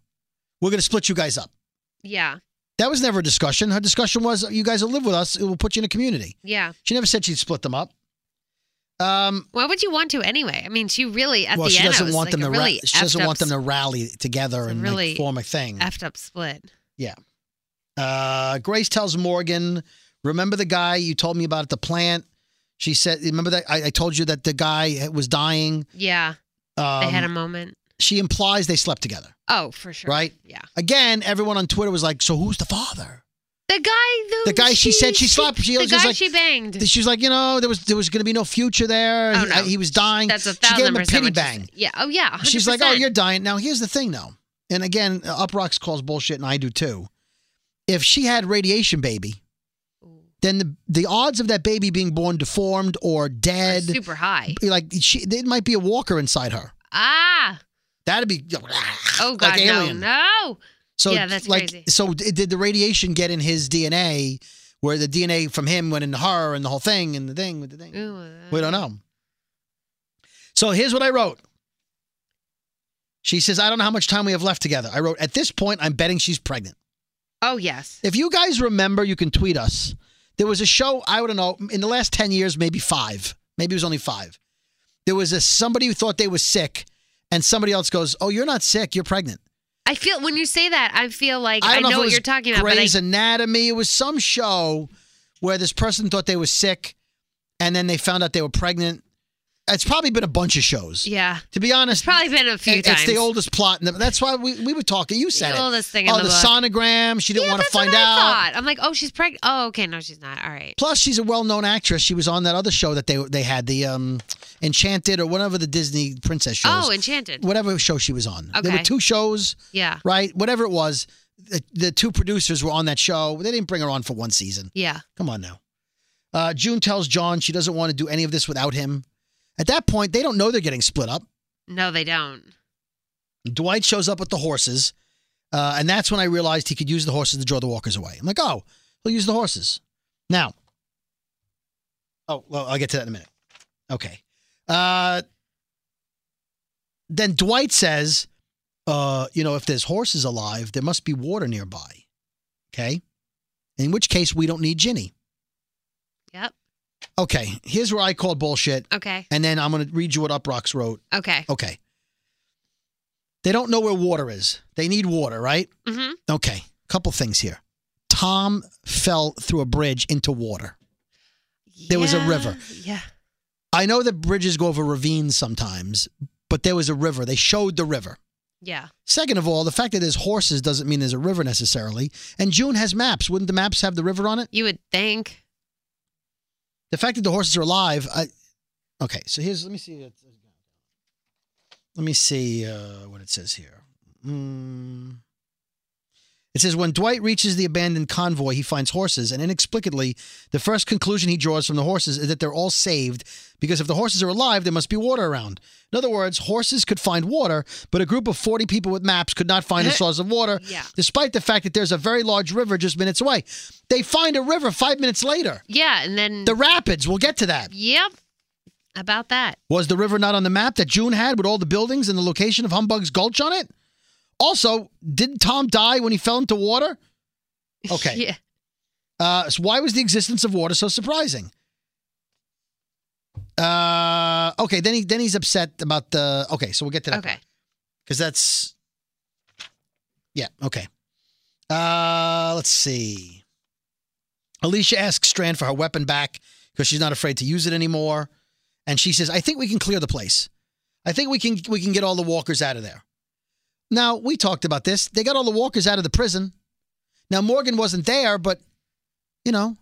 we're going to split you guys up. Yeah. That was never a discussion. Her discussion was, you guys will live with us. It will put you in a community. Yeah. She never said she'd split them up. Um, Why would you want to anyway? I mean, she really at well, the she end doesn't it was want like them a to ra- really she doesn't effed want up them to rally together and like, really form a thing. effed up split. Yeah. Uh, Grace tells Morgan, "Remember the guy you told me about at the plant?" She said, "Remember that I, I told you that the guy was dying." Yeah, Um, they had a moment. She implies they slept together, Oh, for sure. right? Yeah. Again, everyone on Twitter was like, "So who's the father?" The guy, The guy she, said she slept. She the was just guy like, she banged. She was like, you know, there was there was going to be no future there. Oh, he, no. I- he was dying. That's a she gave thousand him a percent pity what she bang. said. Yeah. Oh yeah. 100%. She's like, oh, you're dying. Now here's the thing, though, and again, Up Rocks calls bullshit, and I do too. If she had radiation baby, then the the odds of that baby being born deformed or dead, super high. like she, it might be a walker inside her. Ah. That'd be Oh god, like no, alien. no. So yeah, that's like crazy. so d- did the radiation get in his DNA where the DNA from him went into her and the whole thing and the thing with the thing? We Mm-hmm. don't know. So here's what I wrote. She says, I don't know how much time we have left together. I wrote, at this point, I'm betting she's pregnant. Oh yes. If you guys remember, you can tweet us. There was a show, I don't know, in the last 10 years, maybe five. Maybe it was only five. There was a somebody who thought they were sick, and somebody else goes, Oh, you're not sick, you're pregnant. I feel when you say that, I feel like I, I don't know, if know it what was you're talking about, Grey's but I, Anatomy. It was some show where this person thought they were sick, and then they found out they were pregnant. It's probably been a bunch of shows. yeah. To be honest, Probably been a few it- times. it's the oldest plot. In the, that's why we, we were talking. You said The it. oldest thing in Oh, the the book. sonogram. She didn't want to That's what find I out. thought. I'm like, oh, she's pregnant. Oh, okay, no, she's not. All right. Plus, she's a well-known actress. She was on that other show that they they had the um, Enchanted or whatever the Disney princess shows. Oh, Enchanted. Whatever show she was on. There were Okay. two shows Yeah. right? Whatever it was, the, the two producers were on that show. They didn't bring her on for one season. Yeah. Come on now. Uh, June tells John she doesn't want to do any of this without him. At that point, they don't know they're getting split up. No, they don't. Dwight shows up with the horses, uh, and that's when I realized he could use the horses to draw the walkers away. I'm like, oh, he'll use the horses. Now, oh, well, I'll get to that in a minute. Okay. Uh, then Dwight says, uh, you know, if there's horses alive, there must be water nearby. Okay. In which case, we don't need Ginny. Yep. Okay. Here's where I called bullshit. Okay. And then I'm going to read you what Uprocks wrote. Okay. Okay. They don't know where water is. They need water, right? Mm-hmm. Okay. Couple things here. Tom fell through a bridge into water. There was a river. Yeah. I know that bridges go over ravines sometimes, but there was a river. They showed the river. Yeah. Second of all, the fact that there's horses doesn't mean there's a river necessarily. And June has maps. Wouldn't the maps have the river on it? You would think. The fact that the horses are alive, I Okay, so here's let me see it. Let me see uh, what it says here. Mm. It says when Dwight reaches the abandoned convoy, he finds horses, and inexplicably, the first conclusion he draws from the horses is that they're all saved because if the horses are alive, there must be water around. In other words, horses could find water, but a group of 40 people with maps could not find a source of water, Yeah. despite the fact that there's a very large river just minutes away. They find a river five minutes later. Yeah, and then The rapids, we'll get to that. Yep. About that. Was the river not on the map that June had with all the buildings and the location of Humbug's Gulch on it? Also, did Tom die when he fell into water? Okay. Yeah. Uh, so why was the existence of water so surprising? Uh, okay. Then he then he's upset about the. Okay, so we'll get to that. Okay. Because that's. Yeah. Okay. Uh, let's see. Alicia asks Strand for her weapon back because she's not afraid to use it anymore, and she says, "I think we can clear the place. I think we can we can get all the walkers out of there." Now we talked about this. They got all the walkers out of the prison. Now Morgan wasn't there, but you know,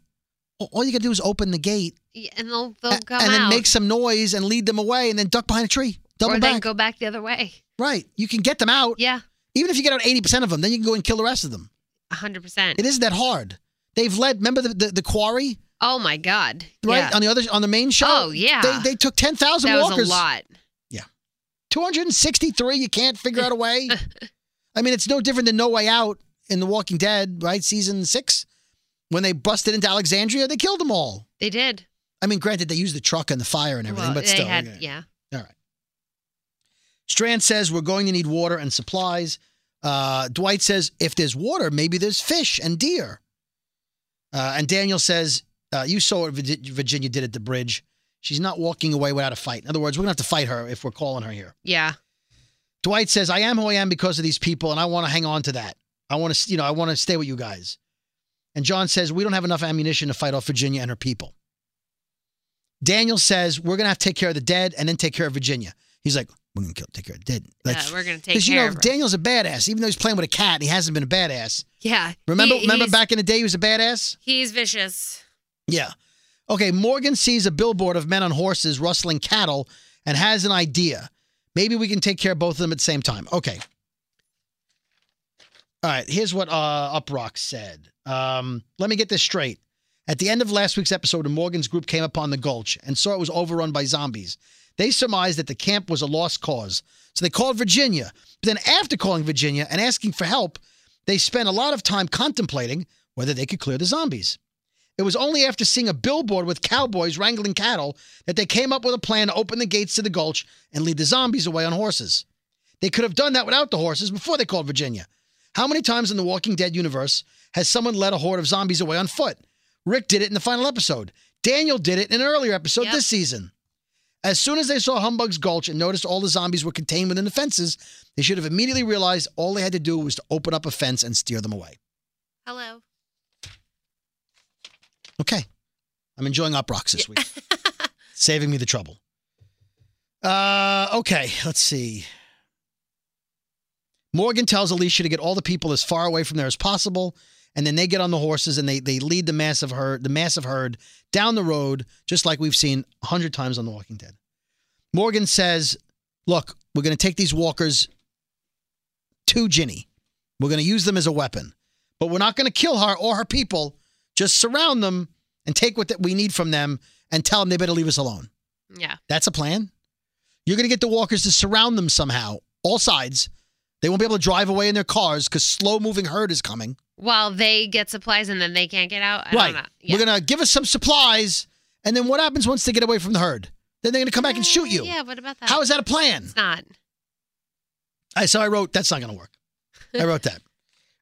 a- all you got to do is open the gate Yeah, and they'll they'll come and then out. make some noise and lead them away, and then duck behind a tree, double or back. then go back the other way. right, you can get them out. Yeah. Even if you get out eighty percent of them, then you can go and kill the rest of them. hundred percent. It isn't that hard. They've led. Remember the the, the quarry, Oh my God. right? Yeah. On the other on the main show. Oh, yeah. They, they took ten thousand that walkers. was a lot. Two hundred and sixty three. You can't figure out a way. I mean, it's no different than No Way Out in The Walking Dead, right? Season six, when they busted into Alexandria, they killed them all. They did. I mean, granted, they used the truck and the fire and everything, Well, but they still. had yeah. All right. Strand says we're going to need water and supplies. Uh, Dwight says if there's water, maybe there's fish and deer. Uh, and Daniel says, uh, "You saw what Virgi- Virginia did at the bridge. She's not walking away without a fight. In other words, we're gonna have to fight her if we're calling her here. Yeah. Dwight says, "I am who I am because of these people, and I want to hang on to that. I want to, you know, I want to stay with you guys." And John says, "We don't have enough ammunition to fight off Virginia and her people." Daniel says, "We're gonna have to take care of the dead and then take care of Virginia." He's like, "We're gonna kill, take care of the dead." Like, yeah, we're gonna take because you care know of her. Daniel's a badass, even though he's playing with a cat. and He hasn't been a badass. Yeah. Remember, He- remember he's- back in the day, he was a badass. He's vicious. Yeah. Okay, Morgan sees a billboard of men on horses rustling cattle and has an idea. Maybe we can take care of both of them at the same time. Okay. All right, here's what uh, Uprock said. Um, let me get this straight. At the end of last week's episode, when Morgan's group came upon the gulch and saw it was overrun by zombies, they surmised that the camp was a lost cause. So they called Virginia. But then, after calling Virginia and asking for help, they spent a lot of time contemplating whether they could clear the zombies. It was only after seeing a billboard with cowboys wrangling cattle that they came up with a plan to open the gates to the gulch and lead the zombies away on horses. They could have done that without the horses before they called Virginia. How many times in the Walking Dead universe has someone led a horde of zombies away on foot? Rick did it in the final episode. Daniel did it in an earlier episode this season. As soon as they saw Humbug's Gulch and noticed all the zombies were contained within the fences, they should have immediately realized all they had to do was to open up a fence and steer them away. Hello. Okay. I'm enjoying Up Rocks this week. Saving me the trouble. Uh, okay, let's see. Morgan tells Alicia to get all the people as far away from there as possible, and then they get on the horses and they they lead the massive herd, the massive herd down the road, just like we've seen a hundred times on The Walking Dead. Morgan says, "Look, we're going to take these walkers to Ginny. We're going to use them as a weapon, but we're not going to kill her or her people. Just surround them and take what that we need from them, and tell them they better leave us alone." Yeah. That's a plan. You're going to get the walkers to surround them somehow, all sides. They won't be able to drive away in their cars because slow moving herd is coming. While they get supplies and then they can't get out. I right. Don't know. Yeah. We're going to give us some supplies. And then what happens once they get away from the herd? Then they're going to come back and shoot you. Uh, Yeah. What about that? How is that a plan? It's not. I, so I wrote, that's not going to work. I wrote that.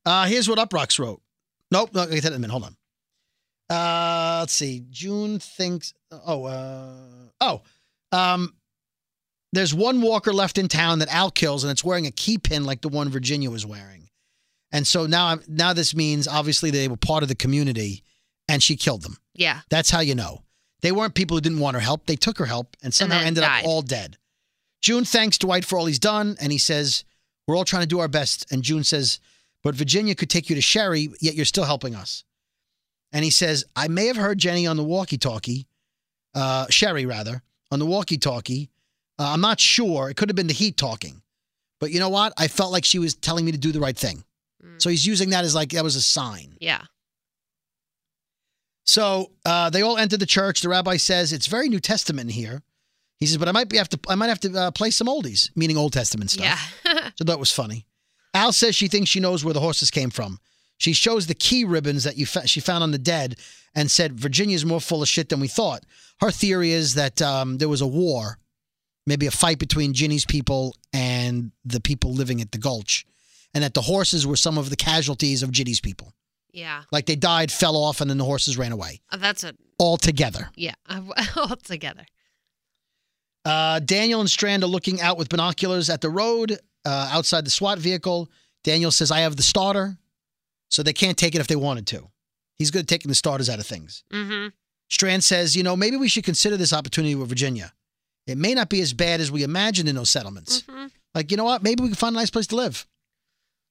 Uh, here's what Uprox wrote. Nope, no, I'll get that in a minute. Hold on. Uh, let's see. June thinks. Oh, uh, oh. Um, there's one walker left in town that Al kills, and it's wearing a key pin like the one Virginia was wearing. And so now, I'm, now this means obviously they were part of the community, and she killed them. Yeah. That's how you know. They weren't people who didn't want her help. They took her help and somehow then ended died. up all dead. June thanks Dwight for all he's done, and he says, We're all trying to do our best. And June says, But Virginia could take you to Sherry, yet you're still helping us. And he says, I may have heard Jenny on the walkie talkie, uh, Sherry rather, on the walkie talkie. Uh, I'm not sure. It could have been the heat talking. But you know what? I felt like she was telling me to do the right thing. Mm. So he's using that as like, that was a sign. Yeah. So uh, they all enter the church. The rabbi says it's very New Testament in here. He says, but I might be have to I might have to uh, play some oldies, meaning Old Testament stuff. Yeah. so that was funny. Al says she thinks she knows where the horses came from. She shows the key ribbons that you fa- she found on the dead and said Virginia's more full of shit than we thought. Her theory is that um, there was a war, maybe a fight between Ginny's people and the people living at the Gulch, and that the horses were some of the casualties of Ginny's people. Yeah. Like they died, fell off, and then the horses ran away Oh, that's a. all together. Yeah. All together. Uh, Daniel and Strand are looking out with binoculars at the road uh, outside the SWAT vehicle. Daniel says, I have the starter, so they can't take it if they wanted to. He's good at taking the starters out of things. Mm-hmm. Strand says, You know, maybe we should consider this opportunity with Virginia. It may not be as bad as we imagined in those settlements. Like, you know what? Maybe we can find a nice place to live.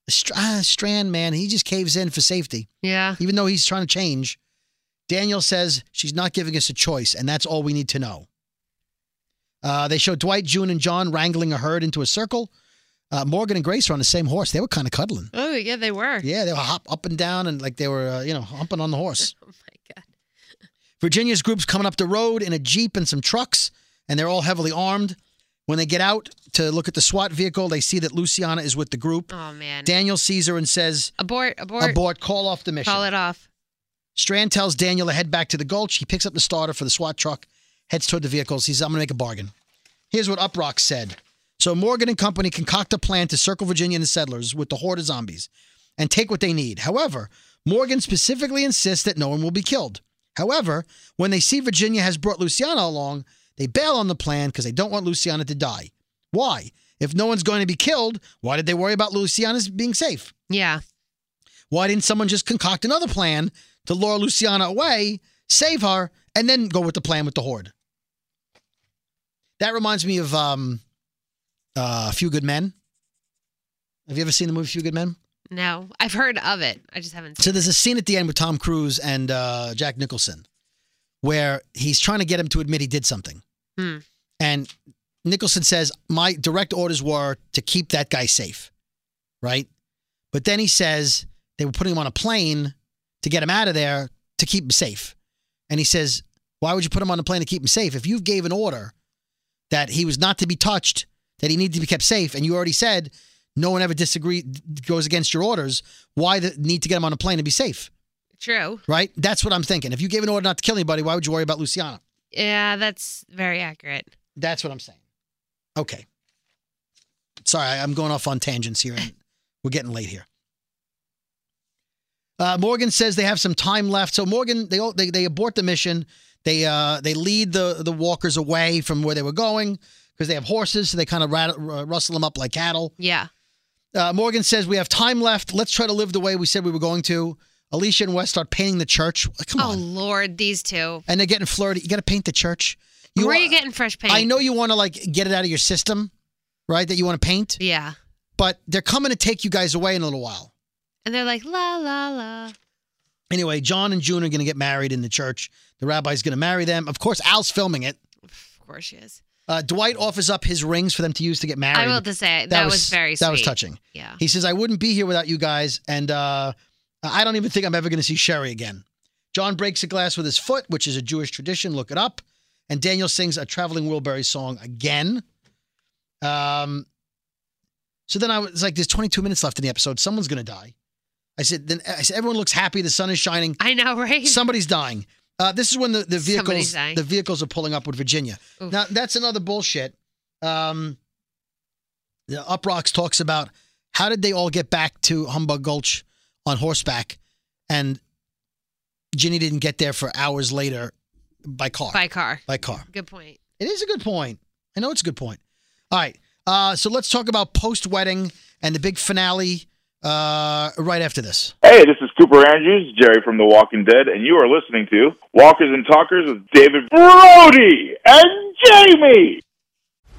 Str- ah, Strand, man, he just caves in for safety. Yeah. Even though he's trying to change. Daniel says she's not giving us a choice, and that's all we need to know. Uh, they show Dwight, June, and John wrangling a herd into a circle. Uh, Morgan and Grace are on the same horse. They were kind of cuddling. Oh yeah, they were. Yeah, they were hop up and down and like they were, uh, you know, humping on the horse. oh my god. Virginia's group's coming up the road in a jeep and some trucks, and they're all heavily armed. When they get out to look at the SWAT vehicle, they see that Luciana is with the group. Oh man. Daniel sees her and says, Abort. Abort. "Abort! Call off the mission." Call it off. Strand tells Daniel to head back to the gulch. He picks up the starter for the SWAT truck, heads toward the vehicles. He says, I'm going to make a bargain. Here's what Uprock said. So Morgan and company concoct a plan to circle Virginia and the settlers with the horde of zombies and take what they need. However, Morgan specifically insists that no one will be killed. However, when they see Virginia has brought Luciana along, They bail on the plan because they don't want Luciana to die. Why? If no one's going to be killed, why did they worry about Luciana's being safe? Yeah. Why didn't someone just concoct another plan to lure Luciana away, save her, and then go with the plan with the horde? That reminds me of um, uh, A Few Good Men. Have you ever seen the movie Few Good Men? No, I've heard of it. I just haven't. So there's a scene at the end with Tom Cruise and uh, Jack Nicholson where he's trying to get him to admit he did something. Hmm. And Nicholson says, My direct orders were to keep that guy safe, right? But then he says they were putting him on a plane to get him out of there to keep him safe. And he says, Why would you put him on a plane to keep him safe? If you gave an order that he was not to be touched, that he needed to be kept safe, and you already said no one ever disagree goes against your orders, why the need to get him on a plane to be safe? True. Right? That's what I'm thinking. If you gave an order not to kill anybody, why would you worry about Luciana? Yeah, that's very accurate. That's what I'm saying. Okay. Sorry, I- I'm going off on tangents here, and we're getting late here. Uh, Morgan says they have some time left, so Morgan they all- they, they abort the mission. They uh, they lead the the walkers away from where they were going because they have horses, so they kind of rat- r- rustle them up like cattle. Yeah. Uh, Morgan says we have time left. Let's try to live the way we said we were going to. Alicia and West start painting the church. Come Oh on, Lord, these two. and they're getting flirty. You got to paint the church. Where wa- are you getting fresh paint? I know you want to like get it out of your system, right? That you want to paint. Yeah. But they're coming to take you guys away in a little while. And they're like la la la. Anyway, John and June are going to get married in the church. The rabbi's going to marry them. Of course, Al's filming it. Of course she is. Uh, Dwight offers up his rings for them to use to get married. I will just say that, was, very. that was sweet. touching. Yeah. He says, "I wouldn't be here without you guys," and uh, I don't even think I'm ever going to see Sherry again. John breaks a glass with his foot, which is a Jewish tradition. Look it up. And Daniel sings a traveling Wilbury song again. Um, so then I was like, "There's 22 minutes left in the episode. Someone's going to die." I said, "Then I said, everyone looks happy. The sun is shining. I know, right? Somebody's dying." Uh, this is when the, the Somebody's vehicles dying. the vehicles are pulling up with Virginia. Now that's another bullshit. Um, the Uprocks talks about how did they all get back to Humbug Gulch on horseback, and Ginny didn't get there for hours later by car. By car. By car. Good point. It is a good point. I know it's a good point. All right. Uh, so let's talk about post wedding and the big finale uh, right after this. Hey, this is Cooper Andrews, Jerry from The Walking Dead, and you are listening to Walkers and Talkers with David Brody and Jamie.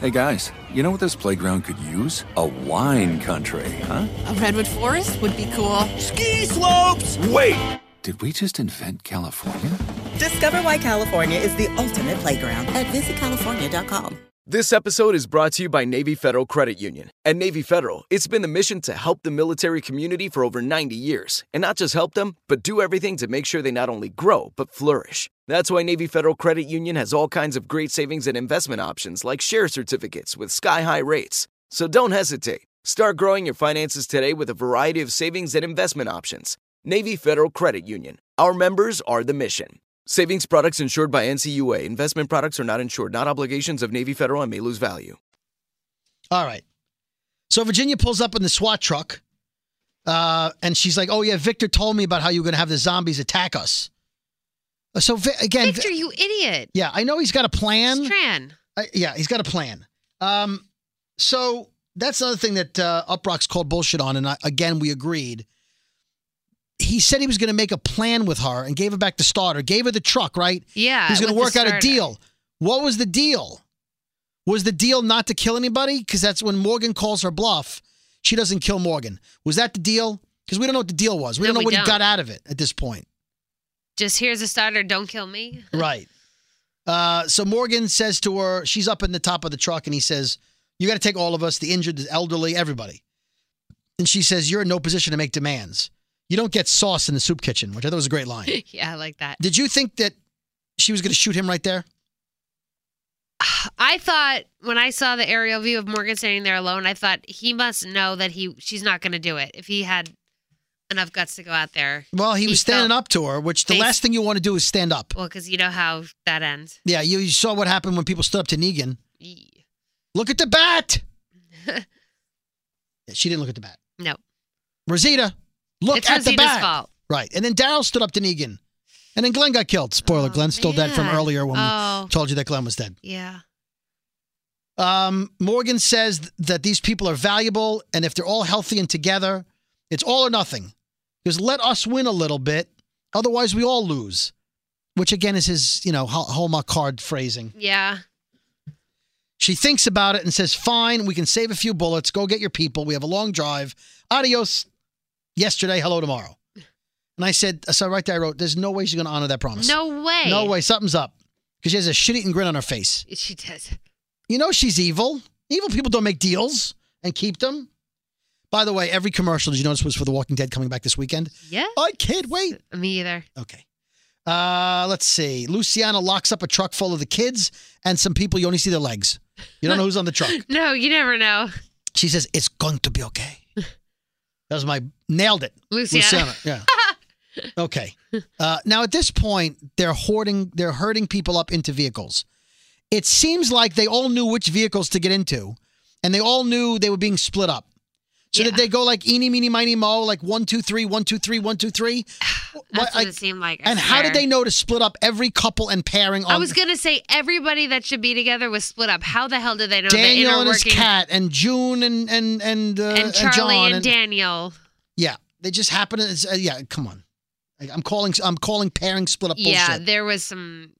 Hey guys, you know what this playground could use? A wine country, huh? A redwood forest would be cool. Ski slopes! Wait! Did we just invent California? Discover why California is the ultimate playground at visitcalifornia.com. This episode is brought to you by Navy Federal Credit Union. At Navy Federal, it's been the mission to help the military community for over 90 years, and not just help them, but do everything to make sure they not only grow, but flourish. That's why Navy Federal Credit Union has all kinds of great savings and investment options like share certificates with sky high rates. So don't hesitate. Start growing your finances today with a variety of savings and investment options. Navy Federal Credit Union. Our members are the mission. Savings products insured by NCUA. Investment products are not insured, not obligations of Navy Federal and may lose value. All right. So Virginia pulls up in the SWAT truck, uh, and she's like, "Oh yeah, Victor told me about how you were going to have the zombies attack us." Uh, So Vi- again, Victor, you idiot. yeah, I know he's got a plan. Tran. I- yeah, he's got a plan. Um, so that's another thing that uh, Uprock's called bullshit on, and I, again, we agreed. He said he was going to make a plan with her and gave her back the starter, gave her the truck, right? Yeah, he's going to with the work out starter. a deal. What was the deal? was the deal not to kill anybody? Because that's when Morgan calls her bluff. She doesn't kill Morgan. Was that the deal? Because we don't know what the deal was. We No, don't know we what don't. he got out of it at this point. Just here's a starter. Don't kill me. Right. Uh, so Morgan says to her, she's up in the top of the truck, and he says, You got to take all of us, the injured, the elderly, everybody. And she says, You're in no position to make demands. You don't get sauce in the soup kitchen, which I thought was a great line. yeah, I like that. Did you think that she was going to shoot him right there? I thought when I saw the aerial view of Morgan standing there alone, I thought he must know that he she's not going to do it. If he had enough guts to go out there, Well, he, was standing up to her, which the Face- last thing you want to do is stand up. well, because you know how that ends. Yeah, you, you saw what happened when people stood up to Negan. Look at the bat. Yeah, she didn't look at the bat. No, Rosita, look It's at the Rosita's bat. fault. Right. And then Daryl stood up to Negan. And then Glenn got killed. Spoiler, Glenn's still dead from Oh, man. earlier when Oh. we told you that Glenn was dead. yeah, Um, Morgan says th- that these people are valuable, and if they're all healthy and together, it's all or nothing. Because let us win a little bit, otherwise we all lose. Which again is his, you know, hall- hallmark card phrasing. yeah. She thinks about it and says, "Fine, we can save a few bullets. Go get your people. We have a long drive. Adios. Yesterday, hello tomorrow." And I said, uh, "So right there, I wrote, there's no way she's going to honor that promise. No way. no way. Something's up because she has a shit-eating grin on her face." She does. You know she's evil. Evil people don't make deals and keep them. By the way, every commercial did you notice was for The Walking Dead coming back this weekend? Yeah. I can't wait. Me either. Okay. Uh, let's see. Luciana locks up a truck full of the kids and some people. You only see their legs. You don't know who's on the truck. No, you never know. She says it's going to be okay. That was my nailed it, Luciana. Luciana. Yeah. okay. Uh, now at this point, they're hoarding. They're herding people up into vehicles. It seems like they all knew which vehicles to get into, and they all knew they were being split up. So did they go like eeny, meeny, miny, mo, like one, two, three, one, two, three, one, two, three? That's what like- it seemed like. I and how swear. did they know to split up every couple and pairing? On I was gonna say everybody that should be together was split up. How the hell did they know the Daniel inner and his working cat, and June and and and uh, and and Charlie John and, Daniel? Yeah, they just happen. To, it's- uh, yeah, come on. Like, I'm calling. I'm calling pairing split up bullshit. Yeah, there was some.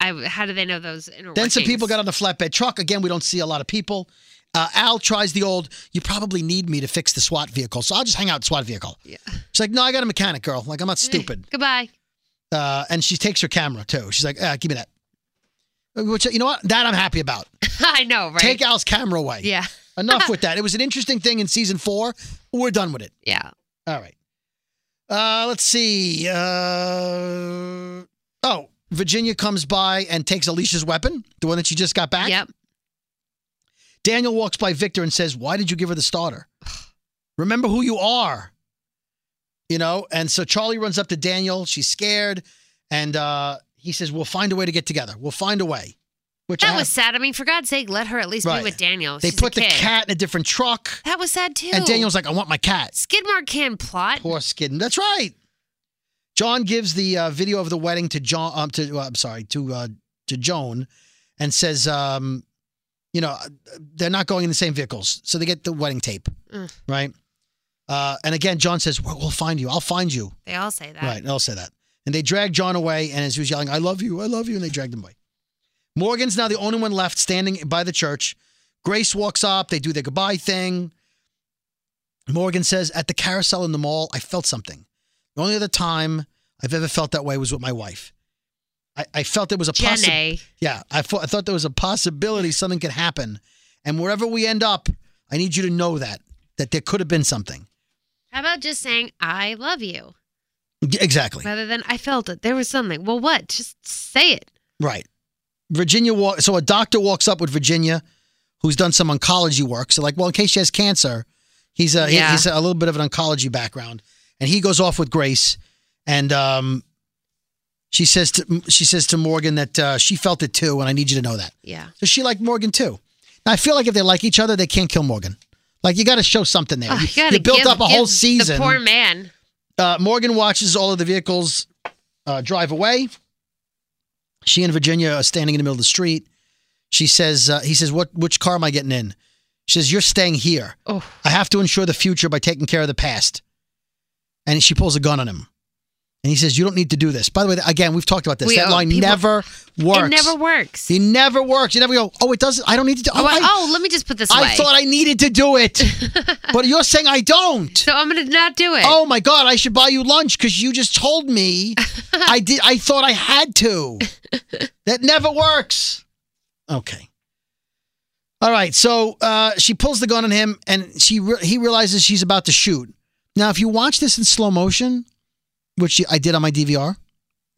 I how do they know those inner then some workings? people got on the flatbed truck. Again, we don't see a lot of people. Uh, Al tries the old. You probably need me to fix the SWAT vehicle, so I'll just hang out in SWAT vehicle. Yeah. She's like, no, I got a mechanic, girl. Like I'm not stupid. Goodbye. Uh, and she takes her camera too. She's like, ah, give me that. Which you know what? That I'm happy about. I know, right? Take Al's camera away. Yeah. Enough with that. It was an interesting thing in season four. We're done with it. Yeah. All right. Uh, let's see. Uh, oh, Virginia comes by and takes Alicia's weapon, the one that she just got back. Yep. Daniel walks by Victor and says, Why did you give her the starter? Remember who you are. You know, and so Charlie runs up to Daniel. She's scared. And uh, he says, We'll find a way to get together. We'll find a way. Which I That have- was sad. I mean, for God's sake, let her at least Right. be with Daniel. They She's put a the kid. cat in a different truck. That was sad too. And Daniel's like, I want my cat. Skidmore can plot. Poor Skidden. That's right. John gives the uh, video of the wedding to John. Um, to uh, I'm sorry to uh, to Joan, and says, um, you know, uh, they're not going in the same vehicles, so they get the wedding tape, Ugh, right? Uh, and again, John says, we'll, "We'll find you. I'll find you." They all say that. Right. and I'll say that. And they drag John away, and as he was yelling, "I love you, I love you," and they dragged him away. Morgan's now the only one left standing by the church. Grace walks up. They do their goodbye thing. Morgan says, At the carousel in the mall, I felt something. The only other time I've ever felt that way was with my wife. I, I felt there was a Jenny. possibility. Yeah, I, fo- I thought there was a possibility something could happen. And wherever we end up, I need you to know that, that there could have been something. How about just saying I love you Exactly. rather than I felt it. There was something. Well, what? Just say it. Right. Virginia walk so a doctor walks up with Virginia who's done some oncology work. So like, well, in case she has cancer, he's a he- Yeah. he's a little bit of an oncology background. And he goes off with Grace and um she says to she says to Morgan that uh, she felt it too and I need you to know that. Yeah. So she liked Morgan too. Now I feel like if they like each other, they can't kill Morgan. Like you got to show something there. Oh, you, you gotta you built give- up a whole give season. The poor man. Uh, Morgan watches all of the vehicles uh, drive away. She and Virginia are standing in the middle of the street. She says, uh, "He says, what? Which car am I getting in?" She says, "You're staying here. Oh. I have to ensure the future by taking care of the past." And she pulls a gun on him, And he says, You don't need to do this. By the way, again, we've talked about this. We that owe line people- never works. It never works. It never works. You never go, Oh, it doesn't. I don't need to do Oh, I- I, oh, let me just put this I away. thought I needed to do it. but you're saying I don't. So I'm going to not do it. Oh, my God. I should buy you lunch because you just told me I did. I thought I had to. that never works. Okay. All right, so uh, she pulls the gun on him, and she re- he realizes she's about to shoot. Now, if you watch this in slow motion, which I did on my DVR,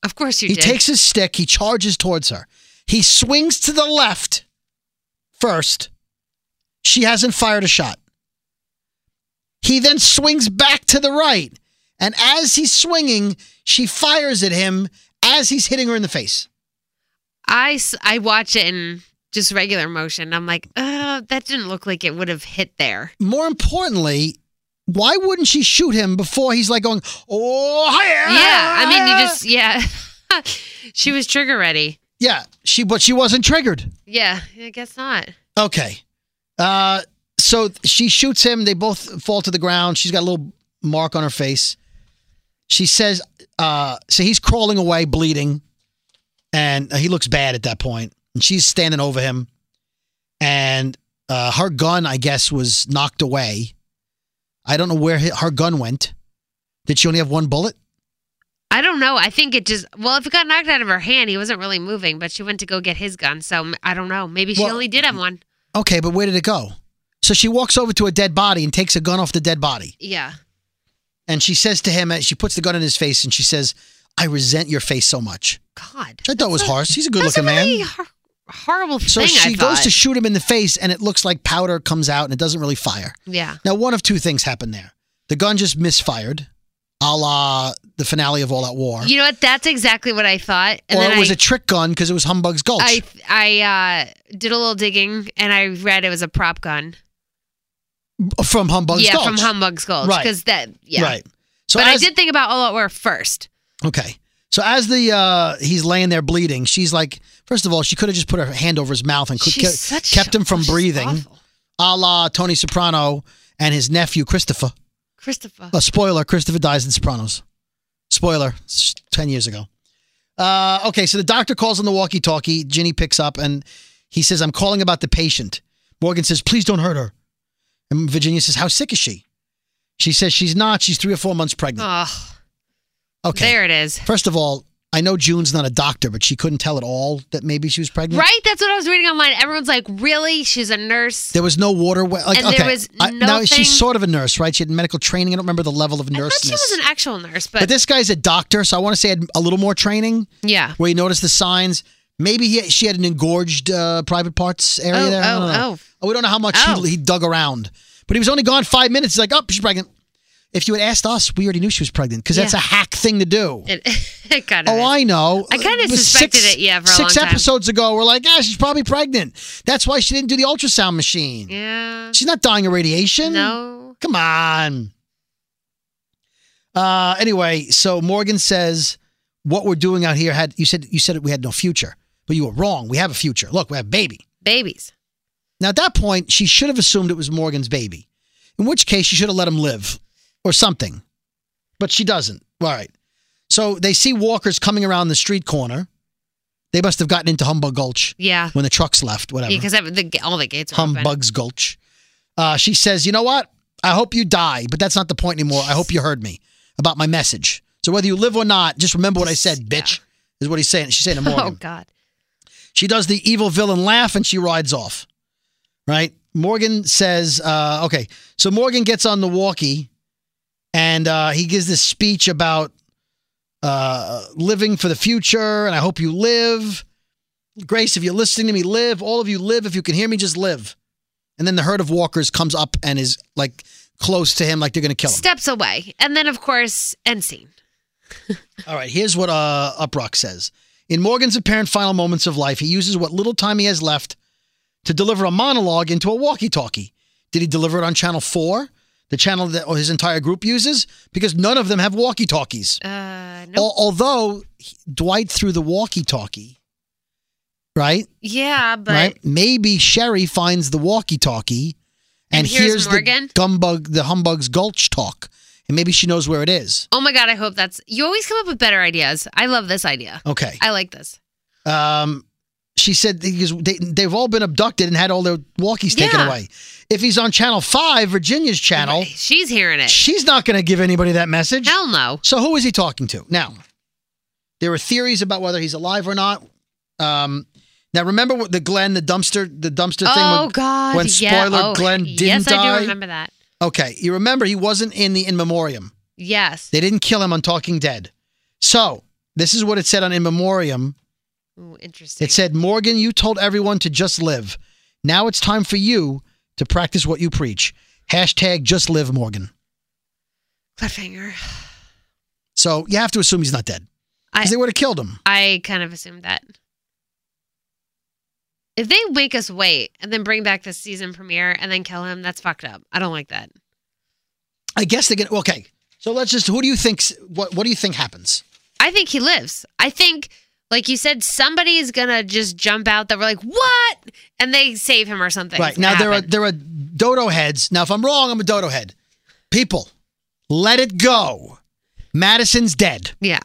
Of course you he did. takes his stick, he charges towards her, he swings to the left first. She hasn't fired a shot. He then swings back to the right, and as he's swinging, she fires at him as he's hitting her in the face. I, s- I watch it in just regular motion. I'm like, oh, that didn't look like it would have hit there. More importantly, why wouldn't she shoot him before he's like going, oh, hiya! Yeah. I mean, you just, yeah. she was trigger ready. Yeah, she but she wasn't triggered. Yeah. I guess not. Okay. Uh, so she shoots him. They both fall to the ground. She's got a little mark on her face. She says, uh, so he's crawling away, bleeding, and he looks bad at that point. And she's standing over him, and uh, her gun, I guess, was knocked away. I don't know where he- her gun went. Did she only have one bullet? I don't know. I think it just, well, if it got knocked out of her hand, he wasn't really moving, but she went to go get his gun. So m- I don't know. Maybe she Well- only did have one. Okay, but where did it go? So she walks over to a dead body and takes a gun off the dead body. Yeah. And she says to him, she puts the gun in his face and she says, I resent your face so much. God. Which I thought was harsh. He's a good That's looking a really man. hor- horrible thing. So I she goes thought. to shoot him in the face and it looks like powder comes out and it doesn't really fire. Yeah. Now, one of two things happened there. The gun just misfired, a la the finale of All Out War. You know what? That's exactly what I thought. And or then it was I, a trick gun because it was Humbug's Gulch. I I uh, did a little digging and I read it was a prop gun. from Humbug's yeah, Gulch. from Humbug's Gulch. Right. Because that yeah. Right. So but as- I did think about All Out War first. Okay. So as the uh he's laying there bleeding, she's like, first of all, she could have just put her hand over his mouth and could, She's ke- such kept a- him from she's breathing, a la Tony Soprano and his nephew Christopher. Christopher. A spoiler: Christopher dies in Sopranos. Spoiler: s- ten years ago. Uh, okay, so the doctor calls on the walkie-talkie. Ginny picks up and he says, "I'm calling about the patient." Morgan says, "Please don't hurt her." And Virginia says, "How sick is she?" She says, "She's not. She's three or four months pregnant." Oh. Okay. There it is. First of all, I know June's not a doctor, but she couldn't tell at all that maybe she was pregnant. Right? That's what I was reading online. Everyone's like, really? She's a nurse. There was no water. Well, like, And there okay. was I- now nothing- she's sort of a nurse, right? She had medical training. I don't remember the level of I thought she nurseness. was an actual nurse, but, But this guy's a doctor, so I want to say had a little more training. Yeah. Where you notice the signs. Maybe he, she had an engorged uh, private parts area Oh, there. I don't oh, know. oh. We don't know how much Oh. he, he dug around. But he was only gone five minutes. He's like, oh, she's pregnant. If you had asked us, we already knew she was pregnant because that's a Yeah. hack thing to do. it, it kind of Oh, I know. I kinda It was suspected six- it, yeah, for a six long time. episodes ago, we're like, ah, she's probably pregnant. That's why she didn't do the ultrasound machine. Yeah. She's not dying of radiation. No. Come on. Uh, anyway, so Morgan says what we're doing out here had you said you said we had no future, but you were wrong. We have a future. Look, we have a baby. Babies. Now at that point, she should have assumed it was Morgan's baby, in which case she should have let him live or something. But she doesn't. All right. So they see walkers coming around the street corner. They must have gotten into Humbug Gulch Yeah. when the trucks left. Whatever. Because the, all the gates are open. Humbug's Gulch. Uh, she says, You know what? I hope you die, but that's not the point anymore. I hope you heard me about my message. So whether you live or not, just remember what I said, bitch, is what he's saying. She's saying to Morgan. Oh, God. She does the evil villain laugh and she rides off. Right? Morgan says, uh, okay. So Morgan gets on the walkie and uh, he gives this speech about uh, living for the future and I hope you live. Grace, if you're listening to me, live. All of you live. If you can hear me, just live. And then the herd of walkers comes up and is like close to him, like they're going to kill him. Steps away. And then, of course, end scene. All right, here's what uh, Uprock says. In Morgan's apparent final moments of life, he uses what little time he has left to deliver a monologue into a walkie talkie. Did he deliver it on Channel 4, the channel that his entire group uses? Because none of them have walkie talkies. Uh, no. Al- although he- Dwight threw the walkie talkie, right? yeah, but right? Maybe Sherry finds the walkie talkie and, And here's the Morgan? gumbug, the humbug's gulch talk. and maybe she knows where it is. Oh my god, I hope that's you always come up with better ideas. I love this idea. Okay. I like this. Um, she said because they, they've all been abducted and had all their walkies taken Yeah. away. If he's on Channel Five, Virginia's channel, She's hearing it. she's not going to give anybody that message. Hell no. So who is he talking to now? There are theories about whether he's alive or not. Um, now remember what the Glenn, the dumpster, the dumpster thing. oh when, god. when yeah. spoiler oh, Glenn didn't yes, die. I do remember that. Okay, you remember he wasn't in the in memoriam. Yes. They didn't kill him on Talking Dead. So, this is what it said on In Memoriam. Ooh, interesting. It said, Morgan, you told everyone to just live. Now it's time for you to practice what you preach. Hashtag just live, Morgan. Cliffhanger. So, you have to assume he's not dead. I- Because they would have killed him. I kind of assumed that. If they make us wait and then bring back the season premiere and then kill him, that's fucked up. I don't like that. I guess they're going to. Okay. So, let's just. Who do you think. What, what do you think happens? I think he lives. I think, like you said, somebody is gonna just jump out that we're like, what? And they save him or something. Right. Now, there are, there are dodo heads. Now, if I'm wrong, I'm a dodo head. People, let it go. Madison's dead. Yeah.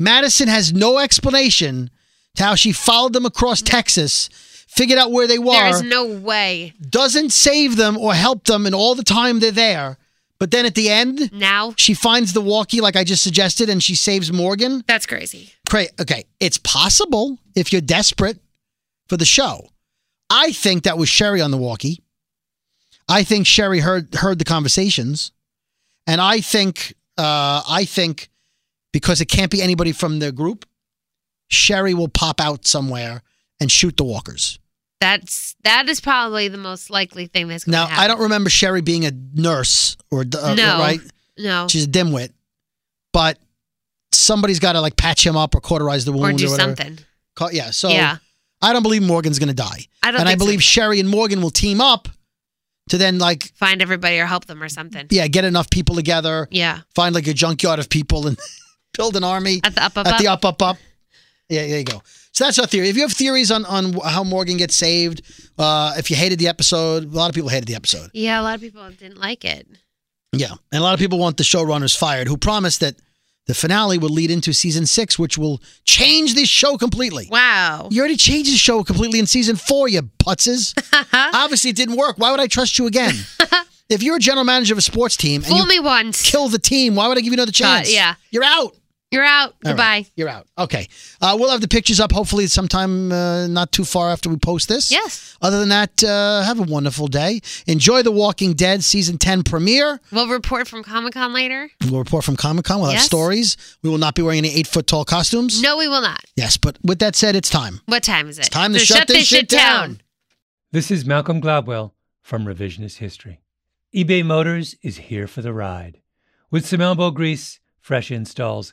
Madison has no explanation to how she followed them across Texas, figured out where they were, Mm. There is no way. doesn't save them or help them in all the time they're there. But then at the end, now she finds the walkie like I just suggested and she saves Morgan. That's crazy. Cra- okay, it's possible if you're desperate for the show. I think that was Sherry on the walkie. I think Sherry heard heard the conversations, and I think uh, I think because it can't be anybody from the group, Sherry will pop out somewhere and shoot the walkers. That's that is probably the most likely thing that's gonna Now happen. I don't remember Sherry being a nurse or uh, No. right. No. She's a dimwit, but somebody's got to like patch him up or cauterize the wound or do whatever. something. Ca- Yeah. So Yeah. I don't believe Morgan's going to die. I don't and I think so believe Sherry and Morgan will team up to then like Find everybody or help them or something. yeah get enough people together. Yeah. Find like a junkyard of people and build an army at the up up at up. the up up up. Yeah, there you go. So that's our theory. If you have theories on on how Morgan gets saved, uh, if you hated the episode, a lot of people hated the episode. Yeah, a lot of people didn't like it. Yeah, and a lot of people want the showrunners fired, who promised that the finale would lead into season six, which will change this show completely. Wow. You already changed the show completely in season four, you putzes. Obviously, it didn't work. Why would I trust you again? if you're a general manager of a sports team and Fool you me once. kill the team, why would I give you God, another chance? yeah. You're out. You're out. All right. Goodbye. You're out. Okay. Uh, we'll have the pictures up hopefully sometime uh, not too far after we post this. Yes. Other than that, uh, have a wonderful day. Enjoy The Walking Dead season 10 premiere. We'll report from Comic Con later. We'll report from Comic Con. We'll have Yes. stories. We will not be wearing any eight foot tall costumes. No, we will not. Yes, but with that said, it's time. What time is it? It's time to shut this shit down. This is Malcolm Gladwell from Revisionist History. eBay Motors is here for the ride. With some elbow grease, fresh installs,